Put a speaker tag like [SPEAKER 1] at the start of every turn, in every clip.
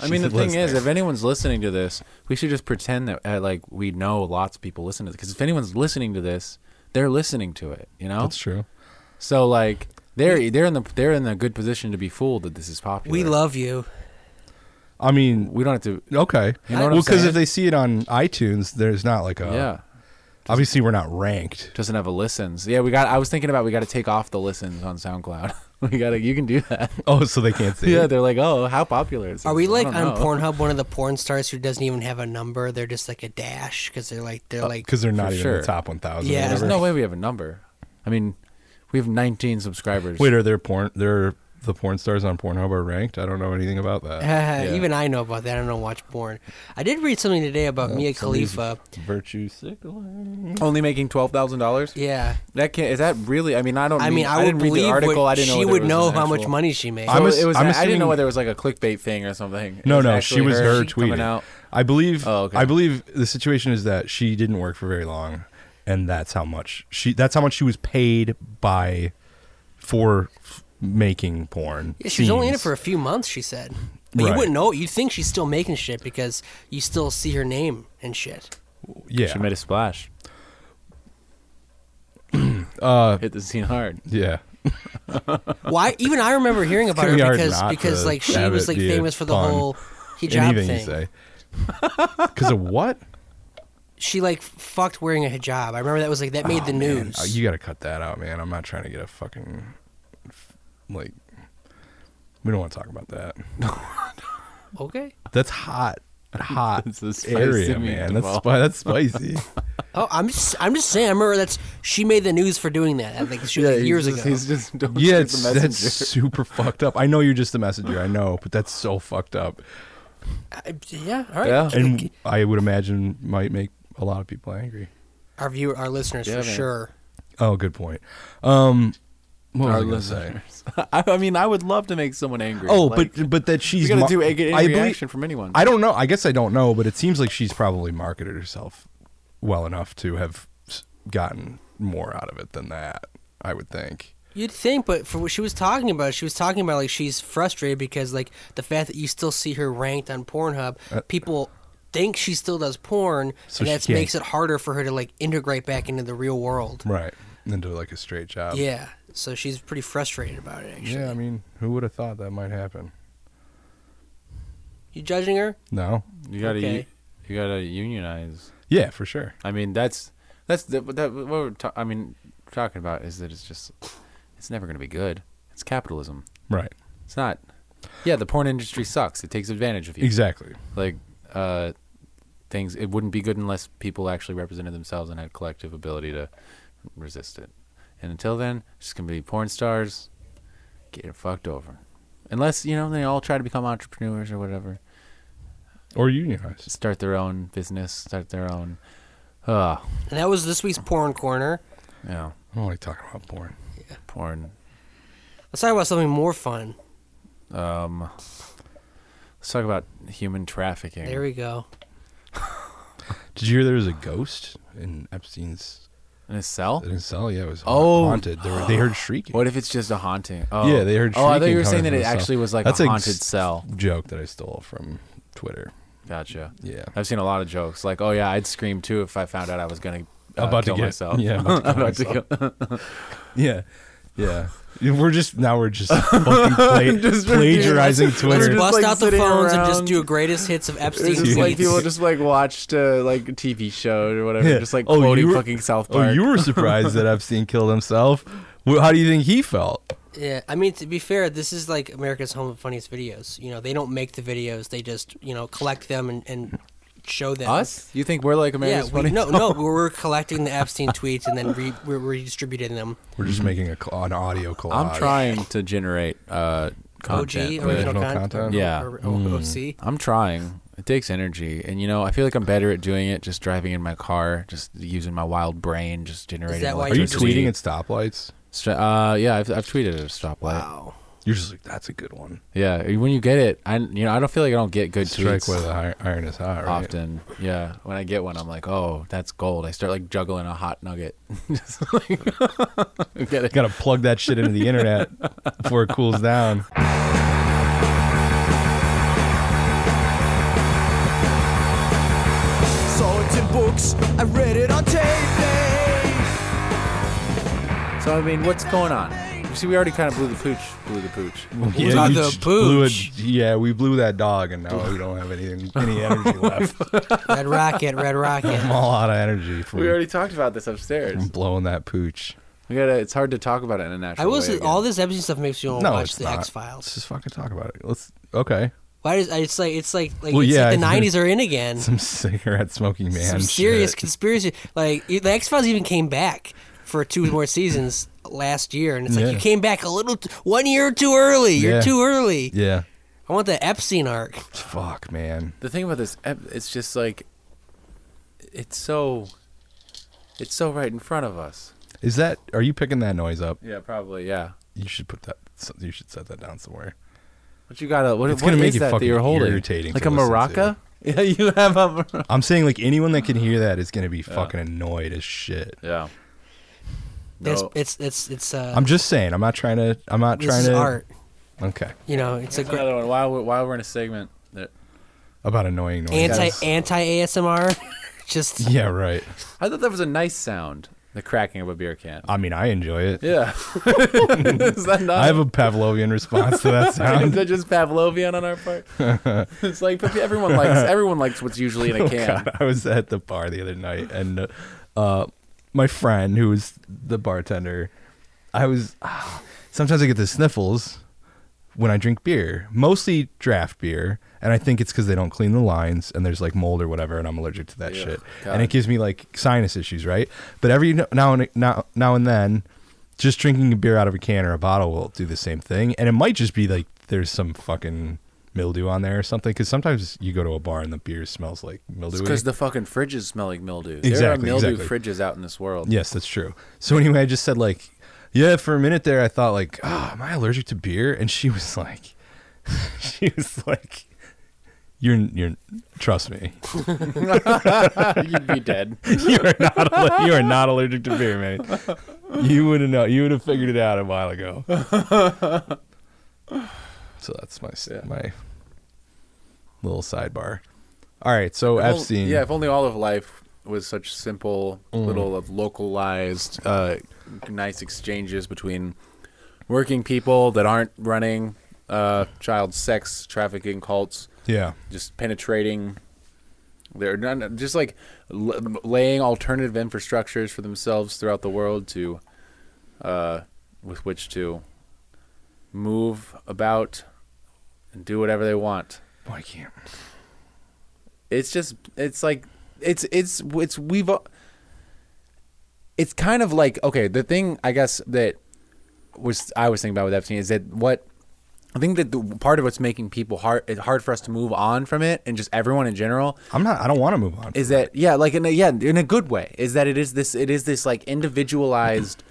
[SPEAKER 1] I mean, the
[SPEAKER 2] was
[SPEAKER 1] thing is,
[SPEAKER 2] there.
[SPEAKER 1] if anyone's listening to this, we should just pretend that uh, like we know lots of people listen to this. Because if anyone's listening to this, they're listening to it. You know,
[SPEAKER 2] that's true.
[SPEAKER 1] so like they're they're in the they're in a good position to be fooled that this is popular.
[SPEAKER 3] We love you.
[SPEAKER 2] I mean,
[SPEAKER 1] We don't have to.
[SPEAKER 2] okay.
[SPEAKER 1] You know what I'm
[SPEAKER 2] well, because
[SPEAKER 1] saying?
[SPEAKER 2] if they see it on iTunes, there's not like a.
[SPEAKER 1] yeah,
[SPEAKER 2] Obviously, we're not ranked.
[SPEAKER 1] doesn't have a listens. Yeah, we got. I was thinking about we got to take off the listens on SoundCloud. we gotta. You can do that.
[SPEAKER 2] Oh, so they can't see.
[SPEAKER 1] yeah,
[SPEAKER 2] it.
[SPEAKER 1] they're like, oh, how popular is?
[SPEAKER 3] Are
[SPEAKER 1] this?
[SPEAKER 3] we
[SPEAKER 1] I
[SPEAKER 3] like
[SPEAKER 1] don't
[SPEAKER 3] on
[SPEAKER 1] know.
[SPEAKER 3] Pornhub, one of the porn stars who doesn't even have a number? They're just like a dash because they're like
[SPEAKER 1] Uh,
[SPEAKER 3] they're like
[SPEAKER 2] because they're not even in
[SPEAKER 1] sure.
[SPEAKER 2] the top 1,000.
[SPEAKER 3] Yeah.
[SPEAKER 2] or
[SPEAKER 1] There's
[SPEAKER 2] whatever.
[SPEAKER 1] no way we have a number. I mean, we have 19 subscribers.
[SPEAKER 2] Wait, are there porn? There the porn stars on Pornhub are ranked? I don't know anything about that.
[SPEAKER 3] Even I know about that. I don't watch porn. I did read something today about
[SPEAKER 1] Oh,
[SPEAKER 3] Mia
[SPEAKER 2] somebody's-
[SPEAKER 3] Khalifa.
[SPEAKER 2] Virtue sickling.
[SPEAKER 1] only making twelve thousand dollars.
[SPEAKER 3] Yeah,
[SPEAKER 1] That can't. Is that really? I mean, I don't.
[SPEAKER 3] I mean, I, would
[SPEAKER 1] didn't read
[SPEAKER 3] believe
[SPEAKER 1] the article.
[SPEAKER 3] what-
[SPEAKER 1] I didn't know
[SPEAKER 3] she
[SPEAKER 1] whether
[SPEAKER 3] would
[SPEAKER 1] it was
[SPEAKER 3] know
[SPEAKER 1] an
[SPEAKER 3] how much
[SPEAKER 1] actual-
[SPEAKER 3] money she made.
[SPEAKER 1] So
[SPEAKER 2] I'm ass-
[SPEAKER 1] it was.
[SPEAKER 2] I'm
[SPEAKER 1] I didn't know
[SPEAKER 2] assuming-
[SPEAKER 1] whether it was like a clickbait thing or something. It
[SPEAKER 2] No, no, she
[SPEAKER 1] actually
[SPEAKER 2] was her, tweeting.
[SPEAKER 1] coming out.
[SPEAKER 2] I believe.
[SPEAKER 1] Oh, okay.
[SPEAKER 2] I believe the situation is that she didn't work for very long, and that's how much she. That's how much she was paid by for f- making porn.
[SPEAKER 3] Yeah, she was only in it
[SPEAKER 2] scenes.
[SPEAKER 3] for a few months. She said, but you
[SPEAKER 2] Right.
[SPEAKER 3] wouldn't know. You'd think she's still making shit because you still see her name and shit.
[SPEAKER 2] yeah,
[SPEAKER 1] She made a splash.
[SPEAKER 2] uh,
[SPEAKER 1] Hit the scene hard.
[SPEAKER 2] yeah.
[SPEAKER 3] Why? even I remember hearing about her
[SPEAKER 2] We are
[SPEAKER 3] because
[SPEAKER 2] not
[SPEAKER 3] because
[SPEAKER 2] the
[SPEAKER 3] like she
[SPEAKER 2] Abbott
[SPEAKER 3] was like
[SPEAKER 2] Beer
[SPEAKER 3] famous for the
[SPEAKER 2] pun.
[SPEAKER 3] whole hijab
[SPEAKER 2] Anything
[SPEAKER 3] thing.
[SPEAKER 2] you say. Because of what?
[SPEAKER 3] She like fucked wearing a hijab. I remember that was like that made the
[SPEAKER 2] Man,
[SPEAKER 3] news.
[SPEAKER 2] uh, you got to cut that out, man. I'm not trying to get a fucking f- like. We don't want to talk about that.
[SPEAKER 3] okay.
[SPEAKER 2] That's hot, hot
[SPEAKER 1] That's a spicy
[SPEAKER 2] area,
[SPEAKER 1] meat,
[SPEAKER 2] man. That's
[SPEAKER 1] Deval.
[SPEAKER 2] spi- that's spicy.
[SPEAKER 3] Oh, I'm just I'm just saying. I remember that's she made the news for doing that. I think she was like, years ago.
[SPEAKER 1] He's just don't
[SPEAKER 2] yeah,
[SPEAKER 1] shoot
[SPEAKER 2] it's,
[SPEAKER 1] the
[SPEAKER 2] that's
[SPEAKER 1] messenger.
[SPEAKER 2] super fucked up. I know you're just the messenger. I know, but that's so fucked up.
[SPEAKER 3] I- yeah. All right.
[SPEAKER 1] Yeah.
[SPEAKER 2] And I would imagine might make a lot of people angry.
[SPEAKER 3] Our viewer, our listeners
[SPEAKER 1] Yeah,
[SPEAKER 3] for
[SPEAKER 1] man.
[SPEAKER 3] sure.
[SPEAKER 2] Oh, good point. Um, what was I
[SPEAKER 1] Our
[SPEAKER 2] gonna say?
[SPEAKER 1] listeners. I, I mean, I would love to make someone angry.
[SPEAKER 2] Oh,
[SPEAKER 1] Like,
[SPEAKER 2] but but that she's
[SPEAKER 1] we gotta
[SPEAKER 2] mar-
[SPEAKER 1] do a, get
[SPEAKER 2] I
[SPEAKER 1] any
[SPEAKER 2] believe-
[SPEAKER 1] reaction from anyone.
[SPEAKER 2] I don't know. I guess I don't know, but it seems like she's probably marketed herself well enough to have s- gotten more out of it than that. I would think.
[SPEAKER 3] You'd think, but for what she was talking about, she was talking about like she's frustrated because like the fact that you still see her ranked on Pornhub, people think she still does porn,
[SPEAKER 2] So
[SPEAKER 3] and
[SPEAKER 2] she
[SPEAKER 3] that
[SPEAKER 2] can't-
[SPEAKER 3] makes it harder for her to like integrate back into the real world.
[SPEAKER 2] Right. Into like a straight job.
[SPEAKER 3] Yeah, so she's pretty frustrated about it. Actually,
[SPEAKER 2] Yeah. I mean, who would have thought that might happen?
[SPEAKER 3] you judging her?
[SPEAKER 2] No.
[SPEAKER 1] you gotta
[SPEAKER 3] okay.
[SPEAKER 1] you gotta unionize.
[SPEAKER 2] Yeah, for sure.
[SPEAKER 1] I mean, that's that's the, that what we're ta- I mean talking about is that it's just it's never going to be good. It's capitalism.
[SPEAKER 2] Right.
[SPEAKER 1] It's not. Yeah, the porn industry sucks. It takes advantage of you.
[SPEAKER 2] Exactly.
[SPEAKER 1] Like uh, things, it wouldn't be good unless people actually represented themselves and had collective ability to resist it. And until then, it's just gonna be porn stars getting fucked over. Unless you know they all try to become entrepreneurs or whatever,
[SPEAKER 2] Or unionized.
[SPEAKER 1] start their own business, start their own. Uh,
[SPEAKER 3] And that was this week's porn corner.
[SPEAKER 1] you know,
[SPEAKER 2] I don't like talking about porn.
[SPEAKER 1] porn
[SPEAKER 3] Let's talk about something more fun.
[SPEAKER 1] Um, let's talk about human trafficking.
[SPEAKER 3] There we go.
[SPEAKER 2] Did you hear there was a ghost in Epstein's
[SPEAKER 1] In a cell?
[SPEAKER 2] in his cell? Yeah, it was
[SPEAKER 1] Oh.
[SPEAKER 2] haunted. They, were, they heard shrieking.
[SPEAKER 1] What if it's just a haunting? Oh.
[SPEAKER 2] Yeah, they heard
[SPEAKER 1] Oh, I thought you
[SPEAKER 2] shrieking
[SPEAKER 1] were saying
[SPEAKER 2] coming
[SPEAKER 1] that
[SPEAKER 2] from
[SPEAKER 1] it
[SPEAKER 2] the cell.
[SPEAKER 1] actually was like
[SPEAKER 2] That's
[SPEAKER 1] a
[SPEAKER 2] like
[SPEAKER 1] haunted
[SPEAKER 2] s-
[SPEAKER 1] cell.
[SPEAKER 2] Joke that I stole from Twitter.
[SPEAKER 1] Gotcha.
[SPEAKER 2] Yeah.
[SPEAKER 1] I've seen a lot of jokes like, "Oh yeah, I'd scream too if I found out I was gonna uh,
[SPEAKER 2] About to
[SPEAKER 1] kill
[SPEAKER 2] get-
[SPEAKER 1] myself."
[SPEAKER 2] yeah, about to kill
[SPEAKER 1] About to
[SPEAKER 2] myself.
[SPEAKER 1] kill-
[SPEAKER 2] Yeah. Yeah. We're just now we're just fucking pla-
[SPEAKER 1] Just
[SPEAKER 2] plagiarizing
[SPEAKER 3] Let's
[SPEAKER 2] Twitter.
[SPEAKER 1] We're just,
[SPEAKER 3] bust
[SPEAKER 1] like,
[SPEAKER 3] out the
[SPEAKER 1] sitting
[SPEAKER 3] phones and just
[SPEAKER 1] around.
[SPEAKER 3] do a greatest hits of Epstein's
[SPEAKER 1] It's just like
[SPEAKER 3] tweets.
[SPEAKER 1] people just like watched uh, like a TV show or whatever,
[SPEAKER 2] Yeah.
[SPEAKER 1] just like
[SPEAKER 2] Oh, you
[SPEAKER 1] quoting
[SPEAKER 2] were-
[SPEAKER 1] fucking South
[SPEAKER 2] Oh,
[SPEAKER 1] Park.
[SPEAKER 2] you were surprised that Epstein killed himself. Wh- How do you think he felt?
[SPEAKER 3] Yeah, I mean to be fair, this is like America's Home of Funniest Videos. You know, they don't make the videos; they just you know collect them and, and show them.
[SPEAKER 1] Us? You think we're like
[SPEAKER 3] Yeah,
[SPEAKER 1] America's
[SPEAKER 3] we,
[SPEAKER 1] funniest?
[SPEAKER 3] no, no, we're collecting the Epstein tweets and then re, we're redistributing them.
[SPEAKER 2] We're just making a, cl- an audio collage.
[SPEAKER 1] Mm-hmm. I'm trying to generate uh content.
[SPEAKER 3] OG
[SPEAKER 1] but-
[SPEAKER 3] original
[SPEAKER 2] Original
[SPEAKER 3] content.
[SPEAKER 2] content.
[SPEAKER 1] Yeah.
[SPEAKER 3] Or, or- OC.
[SPEAKER 1] I'm trying. It takes energy, and you know, I feel like I'm better at doing it. Just driving in my car, just using my wild brain, just generating.
[SPEAKER 3] that why
[SPEAKER 2] Are you
[SPEAKER 1] electricity.
[SPEAKER 2] tweeting at stoplights?
[SPEAKER 1] Stra- Uh, yeah, I've, I've tweeted at a stoplight.
[SPEAKER 3] Wow.
[SPEAKER 2] You're just like, that's a good one.
[SPEAKER 1] Yeah, when you get it, I you know I don't feel like I don't get good
[SPEAKER 2] Strike
[SPEAKER 1] tweets
[SPEAKER 2] where the ir- iron is hot, right?
[SPEAKER 1] often. Yeah, when I get one, I'm like, oh, that's gold. I start like juggling a hot nugget. Just like get it.
[SPEAKER 2] Got to plug that shit into the internet before it cools down.
[SPEAKER 1] Mm.
[SPEAKER 4] books. I read it on tape.
[SPEAKER 1] So I mean, what's going on? You see, we already kind of blew the pooch, blew the pooch.
[SPEAKER 3] Yeah,
[SPEAKER 2] we
[SPEAKER 3] the
[SPEAKER 2] just blew it.
[SPEAKER 3] pooch.
[SPEAKER 2] Yeah, we blew that dog, and now we don't have any any energy left.
[SPEAKER 3] Red Rocket, Red
[SPEAKER 2] I'm
[SPEAKER 3] Rocket.
[SPEAKER 2] all out of energy from,
[SPEAKER 1] We already talked about this upstairs.
[SPEAKER 2] from blowing that pooch.
[SPEAKER 1] We gotta. It's hard to talk about it in a natural
[SPEAKER 3] I
[SPEAKER 1] way
[SPEAKER 3] will say
[SPEAKER 1] again.
[SPEAKER 3] all this Epstein stuff makes me want to
[SPEAKER 2] No,
[SPEAKER 3] watch
[SPEAKER 2] it's
[SPEAKER 3] the
[SPEAKER 2] not.
[SPEAKER 3] X Files.
[SPEAKER 2] Let's just fucking talk about it. Let's okay.
[SPEAKER 3] Why does it's like it's like like,
[SPEAKER 2] Well,
[SPEAKER 3] it's
[SPEAKER 2] yeah,
[SPEAKER 3] like the
[SPEAKER 2] it's-
[SPEAKER 3] nineties are in again.
[SPEAKER 2] Some cigarette smoking man.
[SPEAKER 3] Some serious
[SPEAKER 2] shit.
[SPEAKER 3] conspiracy. Like it- the X Files even came back for two more seasons last year, and it's like
[SPEAKER 2] Yeah.
[SPEAKER 3] you came back a little t- one year too early. You're
[SPEAKER 2] Yeah.
[SPEAKER 3] too early.
[SPEAKER 2] Yeah.
[SPEAKER 3] I want the Epstein arc.
[SPEAKER 2] Fuck, man.
[SPEAKER 1] the thing about this ep- it's just like it's so it's so right in front of us
[SPEAKER 2] Is that? Are you picking that noise up?
[SPEAKER 1] yeah probably yeah
[SPEAKER 2] You should put that. You should set that down somewhere.
[SPEAKER 1] but you gotta what,
[SPEAKER 2] It's
[SPEAKER 1] what
[SPEAKER 2] gonna make
[SPEAKER 1] is
[SPEAKER 2] it
[SPEAKER 1] that that
[SPEAKER 2] fucking
[SPEAKER 1] you're holding
[SPEAKER 2] irritating
[SPEAKER 1] like
[SPEAKER 2] to
[SPEAKER 1] a
[SPEAKER 2] listen to.
[SPEAKER 1] maraca yeah you have a maraca
[SPEAKER 2] I'm saying like anyone that can hear
[SPEAKER 1] Uh-huh.
[SPEAKER 2] that is gonna be fucking annoyed as shit.
[SPEAKER 1] yeah
[SPEAKER 3] That's
[SPEAKER 1] No.
[SPEAKER 3] it's it's it's uh.
[SPEAKER 2] I'm just saying. I'm not trying to. I'm not
[SPEAKER 3] this
[SPEAKER 2] trying
[SPEAKER 3] is
[SPEAKER 2] to.
[SPEAKER 3] art.
[SPEAKER 2] Okay.
[SPEAKER 3] You know, it's a great
[SPEAKER 1] another one while we're, while we're in a segment that
[SPEAKER 2] About annoying noise.
[SPEAKER 3] anti
[SPEAKER 1] Yes.
[SPEAKER 3] anti ASMR. just
[SPEAKER 2] Yeah. Right.
[SPEAKER 1] i thought that was a nice sound the cracking of a beer can
[SPEAKER 2] I mean, I enjoy it.
[SPEAKER 1] yeah is that not
[SPEAKER 2] Uh, I have a Pavlovian response to that
[SPEAKER 1] is
[SPEAKER 2] sound.
[SPEAKER 1] that just Pavlovian on our part? it's like but everyone likes everyone likes what's usually in a can.
[SPEAKER 2] Oh, God, I was at the bar the other night, and uh, my friend, who was the bartender, I was. ah, sometimes I get the sniffles when I drink beer, mostly draft beer, and I think it's because they don't clean the lines and there's like mold or whatever, and I'm allergic to that
[SPEAKER 1] Yeah,
[SPEAKER 2] shit,
[SPEAKER 1] God.
[SPEAKER 2] and it gives me like sinus issues, right? But every no- now and now now and then. Just drinking a beer out of a can or a bottle will do the same thing, and it might just be like there's some fucking mildew on there or something. Because sometimes you go to a bar and the beer smells like mildew.
[SPEAKER 1] Because the fucking fridges smell like mildew. there are
[SPEAKER 2] Exactly,
[SPEAKER 1] mildew
[SPEAKER 2] exactly.
[SPEAKER 1] fridges out in this world.
[SPEAKER 2] Yes, that's true. So anyway, I just said like, yeah, for a minute there, I thought like, oh, am I allergic to beer? And she was like, she was like, you're you're trust me,
[SPEAKER 1] You'd be dead.
[SPEAKER 2] you are not aller- you are not allergic to beer, man. You would have know you would have figured it out a while ago. so that's my s-
[SPEAKER 1] Yeah.
[SPEAKER 2] my little sidebar. All right, so
[SPEAKER 1] If on-
[SPEAKER 2] Epstein,
[SPEAKER 1] Yeah, if only all of life was such simple, little of localized, uh, nice exchanges between working people that aren't running uh, child sex trafficking cults,
[SPEAKER 2] yeah,
[SPEAKER 1] just penetrating. They're not, just like l- laying alternative infrastructures for themselves throughout the world to, uh, with which to move about and do whatever they want.
[SPEAKER 2] Boy, I can't.
[SPEAKER 1] It's just it's like it's it's it's we've al- it's kind of like okay, the thing I guess that was I was thinking about with Epstein is that what I think that the part of what's making people hard it's hard for us to move on from it and just everyone in general
[SPEAKER 2] I'm not. I don't want to move on.
[SPEAKER 1] is that yeah like in a yeah in a good way is that it is this it is this like individualized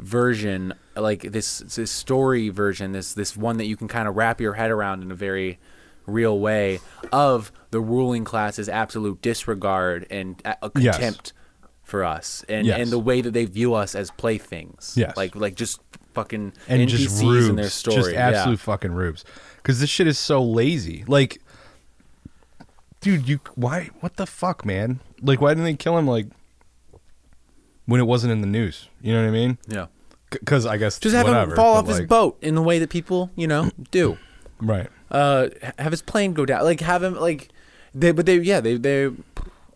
[SPEAKER 1] version like this this story version this this one that you can kind of wrap your head around in a very real way of the ruling class's absolute disregard and uh, a- a
[SPEAKER 2] Yes.
[SPEAKER 1] contempt for us and
[SPEAKER 2] Yes.
[SPEAKER 1] and the way that they view us as playthings
[SPEAKER 2] Yes.
[SPEAKER 1] like like just fucking
[SPEAKER 2] and
[SPEAKER 1] NPCs
[SPEAKER 2] just rubes,
[SPEAKER 1] in their story
[SPEAKER 2] just absolute
[SPEAKER 1] yeah.
[SPEAKER 2] fucking rubes. Because this shit is so lazy. Like, dude, you why? What the fuck, man? Like, why didn't they kill him? Like, when it wasn't in the news, you know what I mean?
[SPEAKER 1] yeah
[SPEAKER 2] Because I guess
[SPEAKER 1] just have
[SPEAKER 2] whatever,
[SPEAKER 1] him fall
[SPEAKER 2] but,
[SPEAKER 1] off his
[SPEAKER 2] like-
[SPEAKER 1] boat in the way that people you know do
[SPEAKER 2] right?
[SPEAKER 1] uh h- have his plane go down like have him like they but they yeah they they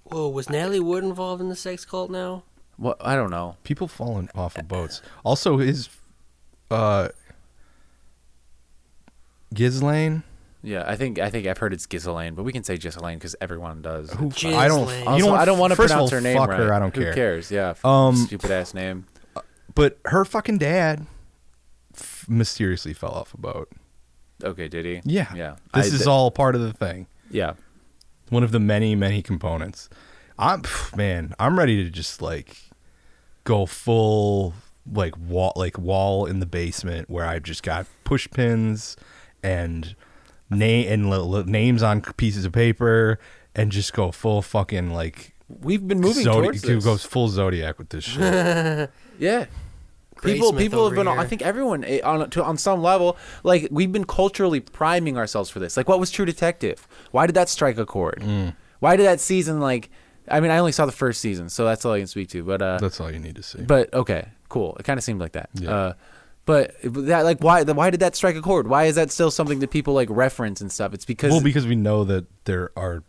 [SPEAKER 3] whoa. Was Natalie Wood involved in the sex cult now?
[SPEAKER 1] well i don't know
[SPEAKER 2] People falling off of boats. Also, his uh, Ghislaine.
[SPEAKER 1] yeah i think i think i've heard it's Ghislaine, but we can say Ghislaine because everyone does
[SPEAKER 2] Who,
[SPEAKER 3] Ghislaine.
[SPEAKER 2] I don't.
[SPEAKER 3] Also,
[SPEAKER 2] You
[SPEAKER 1] also,
[SPEAKER 2] know what?
[SPEAKER 1] i don't want to
[SPEAKER 2] First of
[SPEAKER 1] pronounce
[SPEAKER 2] all,
[SPEAKER 1] her name
[SPEAKER 2] fuck
[SPEAKER 1] right
[SPEAKER 2] her, I don't
[SPEAKER 1] Who
[SPEAKER 2] care.
[SPEAKER 1] cares yeah f-
[SPEAKER 2] Um,
[SPEAKER 1] stupid ass name
[SPEAKER 2] But her fucking dad f- mysteriously fell off a boat.
[SPEAKER 1] okay did he
[SPEAKER 2] Yeah.
[SPEAKER 1] yeah
[SPEAKER 2] This
[SPEAKER 1] I-
[SPEAKER 2] is
[SPEAKER 1] th-
[SPEAKER 2] all part of the thing.
[SPEAKER 1] yeah
[SPEAKER 2] One of the many, many components. I'm pff, man, I'm ready to just like go full like wall like wall in the basement where I've just got push pins and name and li- li- names on pieces of paper and just go full fucking like
[SPEAKER 1] we've been moving
[SPEAKER 2] Zodi-
[SPEAKER 1] towards this
[SPEAKER 2] goes full zodiac with this shit.
[SPEAKER 1] yeah
[SPEAKER 3] Grace
[SPEAKER 1] people
[SPEAKER 3] Smith
[SPEAKER 1] people have
[SPEAKER 3] over
[SPEAKER 1] been
[SPEAKER 3] here.
[SPEAKER 1] i think everyone eh, on to, on some level like we've been culturally priming
[SPEAKER 3] Mm.
[SPEAKER 1] ourselves for this like what was true detective why did that strike a chord why did that season like I mean, I only saw the first season, so that's all I can speak to. But uh,
[SPEAKER 2] That's all you need to see.
[SPEAKER 1] but okay, cool. It kind of seemed like that.
[SPEAKER 2] Yeah.
[SPEAKER 1] Uh, but but that like why why did that strike a chord? Why is that still something that people like reference and stuff? It's because
[SPEAKER 2] well, because we know that there are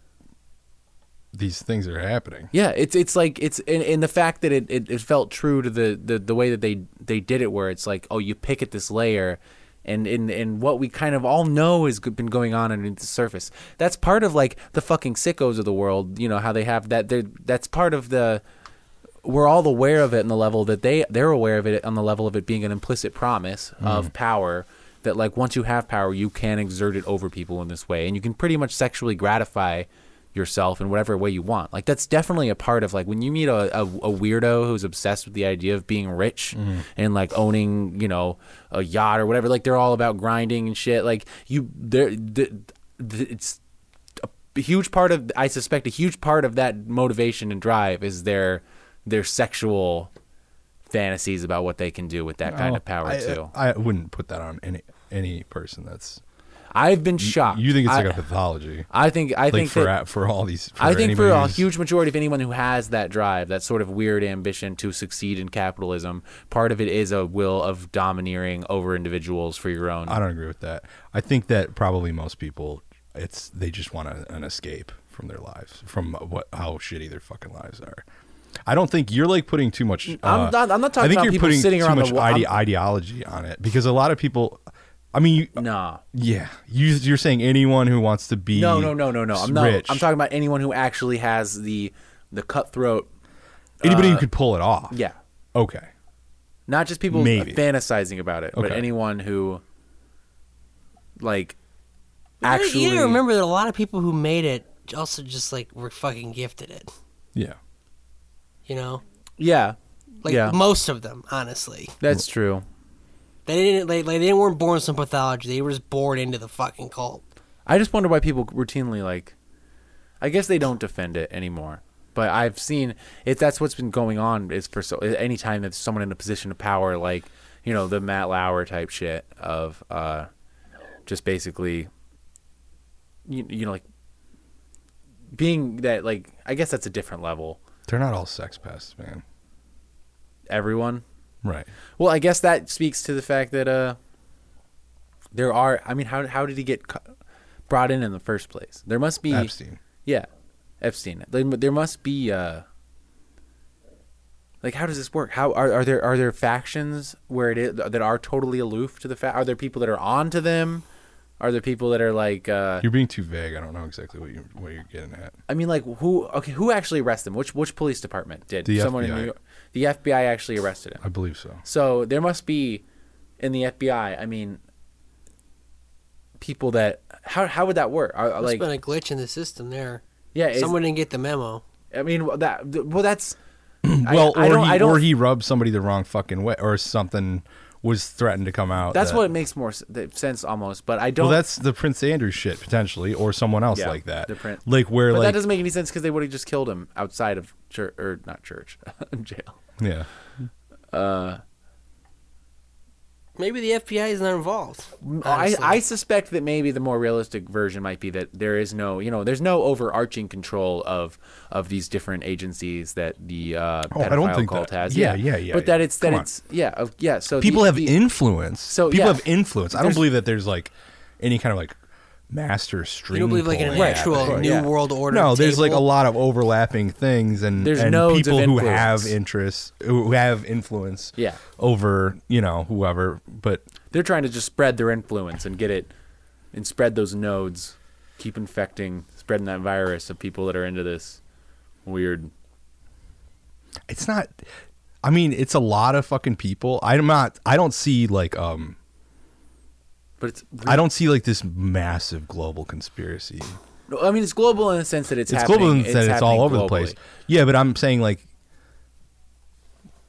[SPEAKER 2] these things that are happening.
[SPEAKER 1] yeah, it's it's like it's in, in the fact that it, it, it felt true to the, the the way that they they did it, where it's like oh you pick at this layer. And, and, and what we kind of all know has been going on underneath the surface. That's part of like the fucking sickos of the world. You know how they have that. they're- That's part of the we're all aware of it on the level that they they're aware of it on the level of it being an implicit promise of power that like once you have power you can exert it over people in this way and you can pretty much sexually gratify yourself in whatever way you want like that's definitely a part of like when you meet a, a, a weirdo who's obsessed with the idea of being rich and like owning you know a yacht or whatever like they're all about grinding and shit like you there th- th- it's a huge part of I suspect a huge part of that motivation and drive is their their sexual fantasies about what they can do with that
[SPEAKER 2] Oh.
[SPEAKER 1] kind of power
[SPEAKER 2] I, uh,
[SPEAKER 1] too.
[SPEAKER 2] I, wouldn't put that on any any person that's.
[SPEAKER 1] I've been shocked.
[SPEAKER 2] You think it's
[SPEAKER 1] I,
[SPEAKER 2] like a pathology?
[SPEAKER 1] I think I
[SPEAKER 2] like
[SPEAKER 1] think
[SPEAKER 2] for
[SPEAKER 1] that,
[SPEAKER 2] a- for all these. For
[SPEAKER 1] I think for
[SPEAKER 2] anybody
[SPEAKER 1] a
[SPEAKER 2] who's-
[SPEAKER 1] huge majority of anyone who has that drive, that sort of weird ambition to succeed in capitalism, part of it is a will of domineering over individuals for your own.
[SPEAKER 2] I don't agree with that. I think that probably most people, it's they just want a, an escape from their lives, from what how shitty their fucking lives are. I don't think you're like putting too much. uh,
[SPEAKER 1] not- I'm not talking
[SPEAKER 2] I think
[SPEAKER 1] about
[SPEAKER 2] you're
[SPEAKER 1] people
[SPEAKER 2] putting
[SPEAKER 1] sitting
[SPEAKER 2] too
[SPEAKER 1] around the
[SPEAKER 2] much
[SPEAKER 1] wa-
[SPEAKER 2] ide-
[SPEAKER 1] I'm-
[SPEAKER 2] ideology on it because a lot of people. I mean, you,
[SPEAKER 1] no.
[SPEAKER 2] yeah, you, you're saying anyone who wants to be
[SPEAKER 1] No, no, no, no, no. I'm not
[SPEAKER 2] rich,
[SPEAKER 1] I'm talking about anyone who actually has the the cutthroat
[SPEAKER 2] anybody who could pull it off.
[SPEAKER 1] uh, yeah.
[SPEAKER 2] Okay.
[SPEAKER 1] Not just people
[SPEAKER 2] Maybe.
[SPEAKER 1] fantasizing about it, but
[SPEAKER 2] Okay.
[SPEAKER 1] anyone who like
[SPEAKER 3] You gotta-
[SPEAKER 1] actually
[SPEAKER 3] you gotta remember that a lot of people who made it also just like were fucking gifted it.
[SPEAKER 2] Yeah.
[SPEAKER 3] You know,
[SPEAKER 1] Yeah.
[SPEAKER 3] like
[SPEAKER 1] yeah.
[SPEAKER 3] most of them, honestly,
[SPEAKER 1] that's true.
[SPEAKER 3] they didn't like, like they weren't born with some pathology. They were just born into the fucking cult.
[SPEAKER 1] I just wonder why people routinely like I guess they don't defend it anymore. But I've seen it that's what's been going on is for so anytime that someone in a position of power like, you know, the Matt Lauer type shit of uh just basically you, you know like being that like I guess that's a different level.
[SPEAKER 2] They're not all sex pests, man.
[SPEAKER 1] Everyone
[SPEAKER 2] Right.
[SPEAKER 1] Well, I guess that speaks to the fact that uh, there are. I mean, how how did he get cu- brought in in the first place? There must be
[SPEAKER 2] Epstein.
[SPEAKER 1] Yeah, Epstein. There, there must be. Uh, like, how does this work? How are, are there are there factions where it is that are totally aloof to the fa- Are there people that are on to them? Are there people that are like? Uh,
[SPEAKER 2] You're being too vague. I don't know exactly what you what you're getting at.
[SPEAKER 1] I mean, like who? Okay, who actually arrested them? Which which police department did?
[SPEAKER 2] The
[SPEAKER 1] in
[SPEAKER 2] FBI.
[SPEAKER 1] New York. The FBI actually arrested him.
[SPEAKER 2] I believe so.
[SPEAKER 1] So there must be in the FBI. I mean, people that how how would that work? Are, are
[SPEAKER 3] It's
[SPEAKER 1] like
[SPEAKER 3] been a glitch in the system there.
[SPEAKER 1] yeah, is-
[SPEAKER 3] Someone didn't get the memo.
[SPEAKER 1] I mean well, that well that's I-
[SPEAKER 2] Well,
[SPEAKER 1] I
[SPEAKER 2] or,
[SPEAKER 1] don't-
[SPEAKER 2] he,
[SPEAKER 1] I don't-
[SPEAKER 2] or he rubbed somebody the wrong fucking way, or something was threatened to come out.
[SPEAKER 1] that's
[SPEAKER 2] that-
[SPEAKER 1] what makes more s- th- sense almost. But I don't.
[SPEAKER 2] Well, that's the Prince Andrew shit potentially, or someone else
[SPEAKER 1] Yeah,
[SPEAKER 2] like that.
[SPEAKER 1] the Prince-
[SPEAKER 2] like where
[SPEAKER 1] but that
[SPEAKER 2] like
[SPEAKER 1] doesn't make any sense because they would have just killed him outside of church or not church, jail.
[SPEAKER 2] yeah.
[SPEAKER 3] Maybe the FBI is not involved.
[SPEAKER 1] I,
[SPEAKER 3] honestly.
[SPEAKER 1] I suspect that maybe the more realistic version might be that there is no, you know, there's no overarching control of of these different agencies that the uh,
[SPEAKER 2] Oh, I
[SPEAKER 1] pedophile
[SPEAKER 2] don't think
[SPEAKER 1] cult
[SPEAKER 2] that-
[SPEAKER 1] has.
[SPEAKER 2] yeah, yeah, yeah,
[SPEAKER 1] But that
[SPEAKER 2] yeah.
[SPEAKER 1] it's that
[SPEAKER 2] Come on.
[SPEAKER 1] it's yeah, uh, yeah. So
[SPEAKER 2] People
[SPEAKER 1] the-
[SPEAKER 2] have
[SPEAKER 1] the-
[SPEAKER 2] influence.
[SPEAKER 1] So,
[SPEAKER 2] people
[SPEAKER 1] yeah.
[SPEAKER 2] have influence. I don't
[SPEAKER 1] There's-
[SPEAKER 2] believe that there's like any kind of like master stream.
[SPEAKER 3] you don't believe like in an
[SPEAKER 2] pulling
[SPEAKER 3] actual
[SPEAKER 2] happening.
[SPEAKER 3] new
[SPEAKER 1] Yeah.
[SPEAKER 3] world order.
[SPEAKER 2] No, there's like a
[SPEAKER 3] table?
[SPEAKER 2] lot of overlapping things, and
[SPEAKER 1] There's
[SPEAKER 2] and
[SPEAKER 1] nodes of
[SPEAKER 2] people who have
[SPEAKER 1] influence.
[SPEAKER 2] interests, who have influence,
[SPEAKER 1] Yeah.
[SPEAKER 2] over you know whoever. But
[SPEAKER 1] they're trying to just spread their influence and get it and spread those nodes, keep infecting, spreading that virus of people that are into this weird.
[SPEAKER 2] it's not i mean it's a lot of fucking people i'm not i don't see like um
[SPEAKER 1] But it's
[SPEAKER 2] i don't see like this massive global conspiracy
[SPEAKER 1] No, I mean, it's global in the sense that it's
[SPEAKER 2] it's
[SPEAKER 1] happening-
[SPEAKER 2] global in the sense that it's all
[SPEAKER 1] happening
[SPEAKER 2] over the place
[SPEAKER 1] globally.
[SPEAKER 2] yeah but i'm saying like